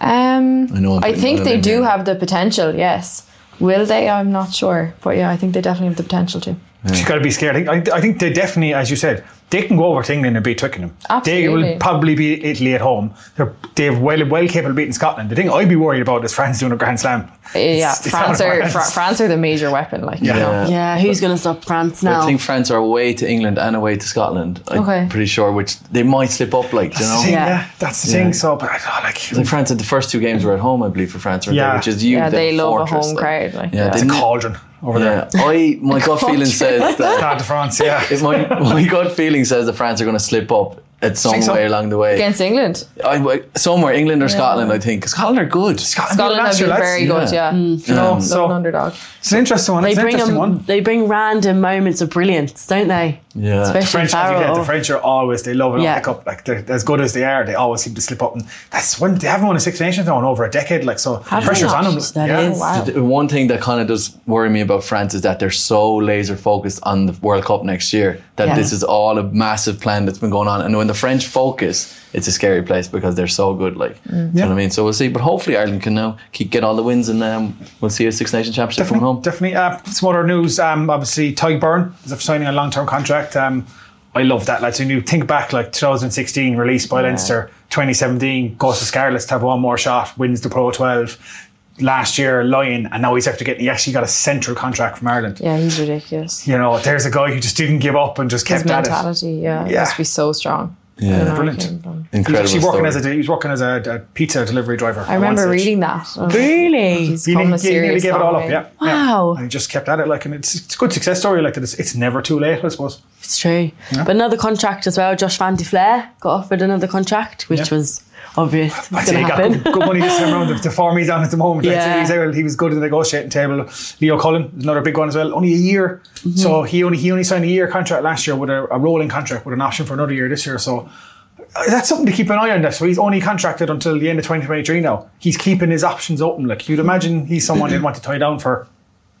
S1: um,
S3: I know I'm
S1: I
S3: putting
S1: think
S3: that
S1: they
S3: in
S1: do
S3: there.
S1: have the potential. Yes, will they? I'm not sure, but yeah, I think they definitely have the potential to. Uh,
S5: She's got to be scared. I think, I think they definitely, as you said, they can go over to England and beat Twickenham. They
S1: Absolutely.
S5: will probably beat Italy at home. They're, they're well, well capable of beating Scotland. The thing I'd be worried about is France doing a Grand Slam.
S1: yeah,
S5: it's
S1: France
S5: not
S1: are
S5: France.
S1: Fra- France are the major weapon. Like you know.
S2: Yeah, who's going to stop France now?
S3: I think France are away to England and away to Scotland. I'm
S1: Okay.
S3: pretty sure, which they might slip up, like, you
S5: That's
S3: know?
S5: the thing,
S2: Yeah.
S5: yeah. that's the thing. So, but I don't like,
S3: Like France, the first two games were at home, I believe, for France, weren't
S5: Yeah.
S3: they? Which is you.
S1: Yeah, they love a
S3: fortress,
S1: home
S3: like.
S1: crowd, like,
S3: yeah,
S1: yeah.
S3: they
S5: it's a
S3: ne-
S5: cauldron over there.
S3: Yeah, I my gut feeling says that.
S5: Start to France, yeah.
S3: if my my gut feeling says that France are going to slip up at some
S5: Think so?
S3: way along the way.
S1: Against England,
S3: I, somewhere England or Scotland, I think. 'Cause Scotland are good.
S1: Scotland have
S5: last
S1: been
S5: year, lads.
S1: very good. Yeah,
S5: You know,
S3: Um,
S1: Love an
S5: so
S1: underdog.
S5: it's an interesting one.
S2: they
S5: It's an
S2: bring
S5: interesting
S2: them,
S5: one.
S2: they bring random moments of brilliance, don't they?
S3: Yeah.
S2: Especially
S5: French, as you get,
S2: Barrow.
S5: the French are always they love it
S2: Yeah.
S5: yeah. up. Like they're as good as they are, they always seem to slip up. And that's when they haven't won a Six Nations now in over a decade. Like so, pressure's on them.
S2: That
S5: yeah.
S2: is.
S1: Wow.
S3: The One thing that kind of does worry me about France is that they're so laser focused on the World Cup next year that
S2: Yeah.
S3: this is all a massive plan that's been going on. And when the French focus, it's a scary place because they're so good. Like, do you know what I mean? So we'll see. But hopefully Ireland can now keep get all the wins and um, we'll see a Six Nation Championship coming home.
S5: Definitely. Uh, some other news. Um, obviously, Ty Byrne is signing a long-term contract. Um, I love that. Like, when you think back, like 2016, released by Leinster, 2017, goes to Scarlets to have one more shot, wins the Pro 12. Last year, Lyon, and now he's after getting. He actually got a central contract from Ireland.
S1: Yeah, he's ridiculous.
S5: You know, there's a guy who just didn't give up and just
S1: His
S5: kept at it.
S1: mentality, yeah,
S5: Yeah.
S1: must be so strong.
S3: Yeah.
S1: I don't know, I
S5: Brilliant.
S1: can't even-
S5: He's
S3: Incredible.
S5: actually working
S3: story.
S5: as a he was working as a, a pizza delivery driver.
S1: I remember reading that. Oh, I was like,
S2: Really?
S1: He's
S5: He,
S1: come
S5: nearly-
S1: a
S5: he nearly
S1: serious
S5: gave it all
S1: long
S5: up.
S1: way.
S5: Yeah. yeah.
S2: Wow.
S5: And he just kept at it. Like, and it's, it's a good success story. Like that. It's, it's never too late, I suppose.
S2: It's true. But another contract as well. Josh Van de Flair got offered another contract, which
S5: Yeah.
S2: was obvious. It's
S5: I'd
S2: going
S5: say
S2: to
S5: he got
S2: happen.
S5: good, good money this time around. The, the form he's on at the moment, like,
S2: Yeah.
S5: so he's out, he was good at the negotiating table. Leo Cullen, another big one as well. Only a year,
S2: Mm-hmm.
S5: so he only he only signed a year contract last year with a, a rolling contract with an option for another year this year. So uh, that's something to keep an eye on. That so he's only contracted until the end of 2023 now. He's keeping his options open. Like you'd imagine, he's someone they'd want to tie down for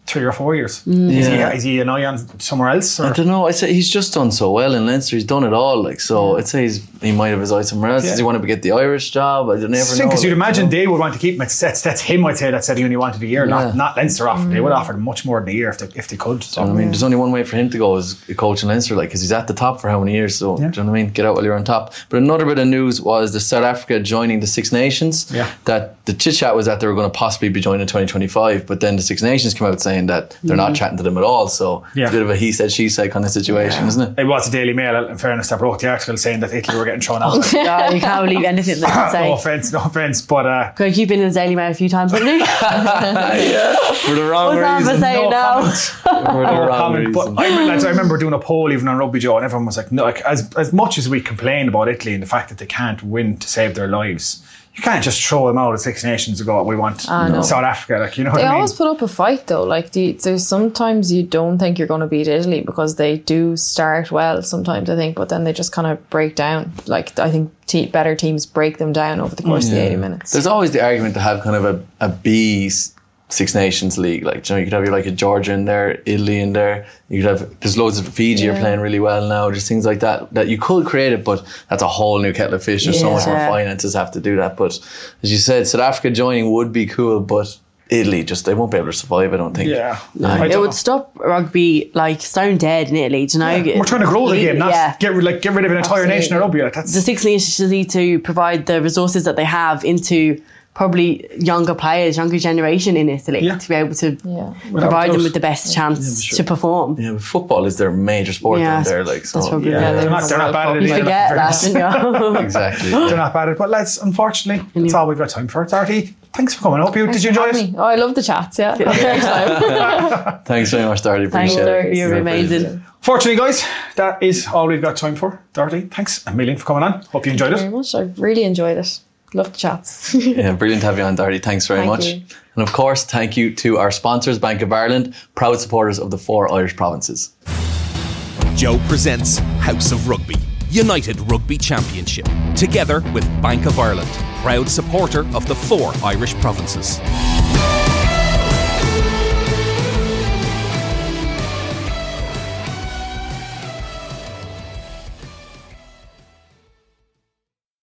S5: three or four years.
S2: Mm.
S5: Is, he,
S3: Yeah.
S5: is he an eye on somewhere else?
S3: I
S5: Or?
S3: don't know. I say he's just done so well in Leinster. He's done it all. Like so, I'd say he's, he might have his eyes somewhere else. Does he
S5: Yeah.
S3: want to get the Irish job? I don't never know.
S5: Because you'd
S3: like,
S5: imagine
S3: you know.
S5: they would want to keep him. It's, that's, that's him, I'd say, that said he only wanted a year,
S3: Yeah. Mm.
S5: not, not Leinster offered. They would offer him much more than a year if they, if they could. So.
S3: I mean, there's only one way for him to go is a coach in Leinster, like, because he's at the top for how many years? So, do you know what I mean? Get out while you're on top. But another bit of news was the South Africa joining the Six Nations.
S5: Yeah.
S3: That the chit chat was that they were going to possibly be joining in 2025, but then the Six Nations came out saying saying that they're not chatting to them at all. So it's
S5: Yeah.
S3: a bit of a he said, she said kind of situation, isn't it?
S5: It was the Daily Mail, in fairness, that wrote the article saying that Italy were getting thrown out.
S2: God, you can't believe anything that you
S5: no
S2: say.
S5: offense, no offense, but uh,
S2: Greg, you've been in the Daily Mail a few times, haven't you?
S3: yeah, for the wrong
S2: What's that for
S3: reason.
S2: saying
S5: no
S2: now?
S5: comment.
S3: For the
S5: No
S3: wrong
S5: comment,
S3: reason.
S5: but I, remember- lads, I remember doing a poll even on Rugby Joe, and everyone was like, "No!" Like, as as much as we complain about Italy and the fact that they can't win to save their lives, you can't just throw them out of Six Nations and go, "We want
S3: Ah,
S5: South Africa." Like you know
S1: They
S5: what I mean?
S1: always put up a fight though. Like the, there's sometimes you don't think you're going to beat Italy because they do start well sometimes I think, but then they just kind of break down. Like I think te- better teams break them down over the course of the 80 minutes.
S3: There's always the argument to have kind of a, a B s- Six Nations league. Like, you know, you could have your, like a Georgia in there, Italy in there. You could have, there's loads of Fiji are playing really well now, just things like that, that you could create it, but that's a whole new kettle of fish. There's so much more
S2: Yeah.
S3: finances have to do that. But as you said, South Africa joining would be cool, but Italy just, they won't be able to survive, I don't think.
S5: yeah,
S3: Like-
S5: I
S2: It
S5: don't
S2: would stop rugby like stone dead in Italy. Do you know?
S5: know. We're trying to grow the game, not
S2: Yeah.
S5: get rid- like get rid of an entire nation of rugby. Like that's
S2: the Six Nations need to provide the resources that they have into probably younger players, younger generation in Italy
S5: Yeah.
S2: to be able to
S1: yeah.
S2: provide them
S5: doubt.
S2: with the best chance to perform.
S3: Yeah, but football is their major sport
S2: Yeah,
S3: down there. Like, so,
S2: that's probably-
S3: yeah,
S2: yeah,
S5: they're not, they're not bad at it.
S2: You
S5: either,
S2: forget
S5: in
S2: that,
S5: fairness.
S2: didn't you?
S3: exactly.
S5: They're not bad at it. But lads, unfortunately, that's all we've got time for. Darty, thanks for coming. I hope you did you enjoy it.
S1: Happy. Oh, I love the chats. Yeah.
S3: Thanks very much, Darty.
S2: Thanks,
S3: Appreciate
S2: Dirk,
S3: it.
S2: you're
S3: My pleasure.
S2: amazing.
S5: Fortunately, guys, that is all we've got time for. Darty, thanks a million for coming on. Hope you enjoyed
S1: Thank you
S5: it.
S1: very much. I really enjoyed it. Love the chats.
S3: Yeah, brilliant to have you on, Darty. Thanks very
S1: Thank
S3: much.
S1: you.
S3: And of course, thank you to our sponsors, Bank of Ireland, proud supporters of the four Irish provinces.
S4: Joe presents House of Rugby, United Rugby Championship, together with Bank of Ireland, proud supporter of the four Irish provinces.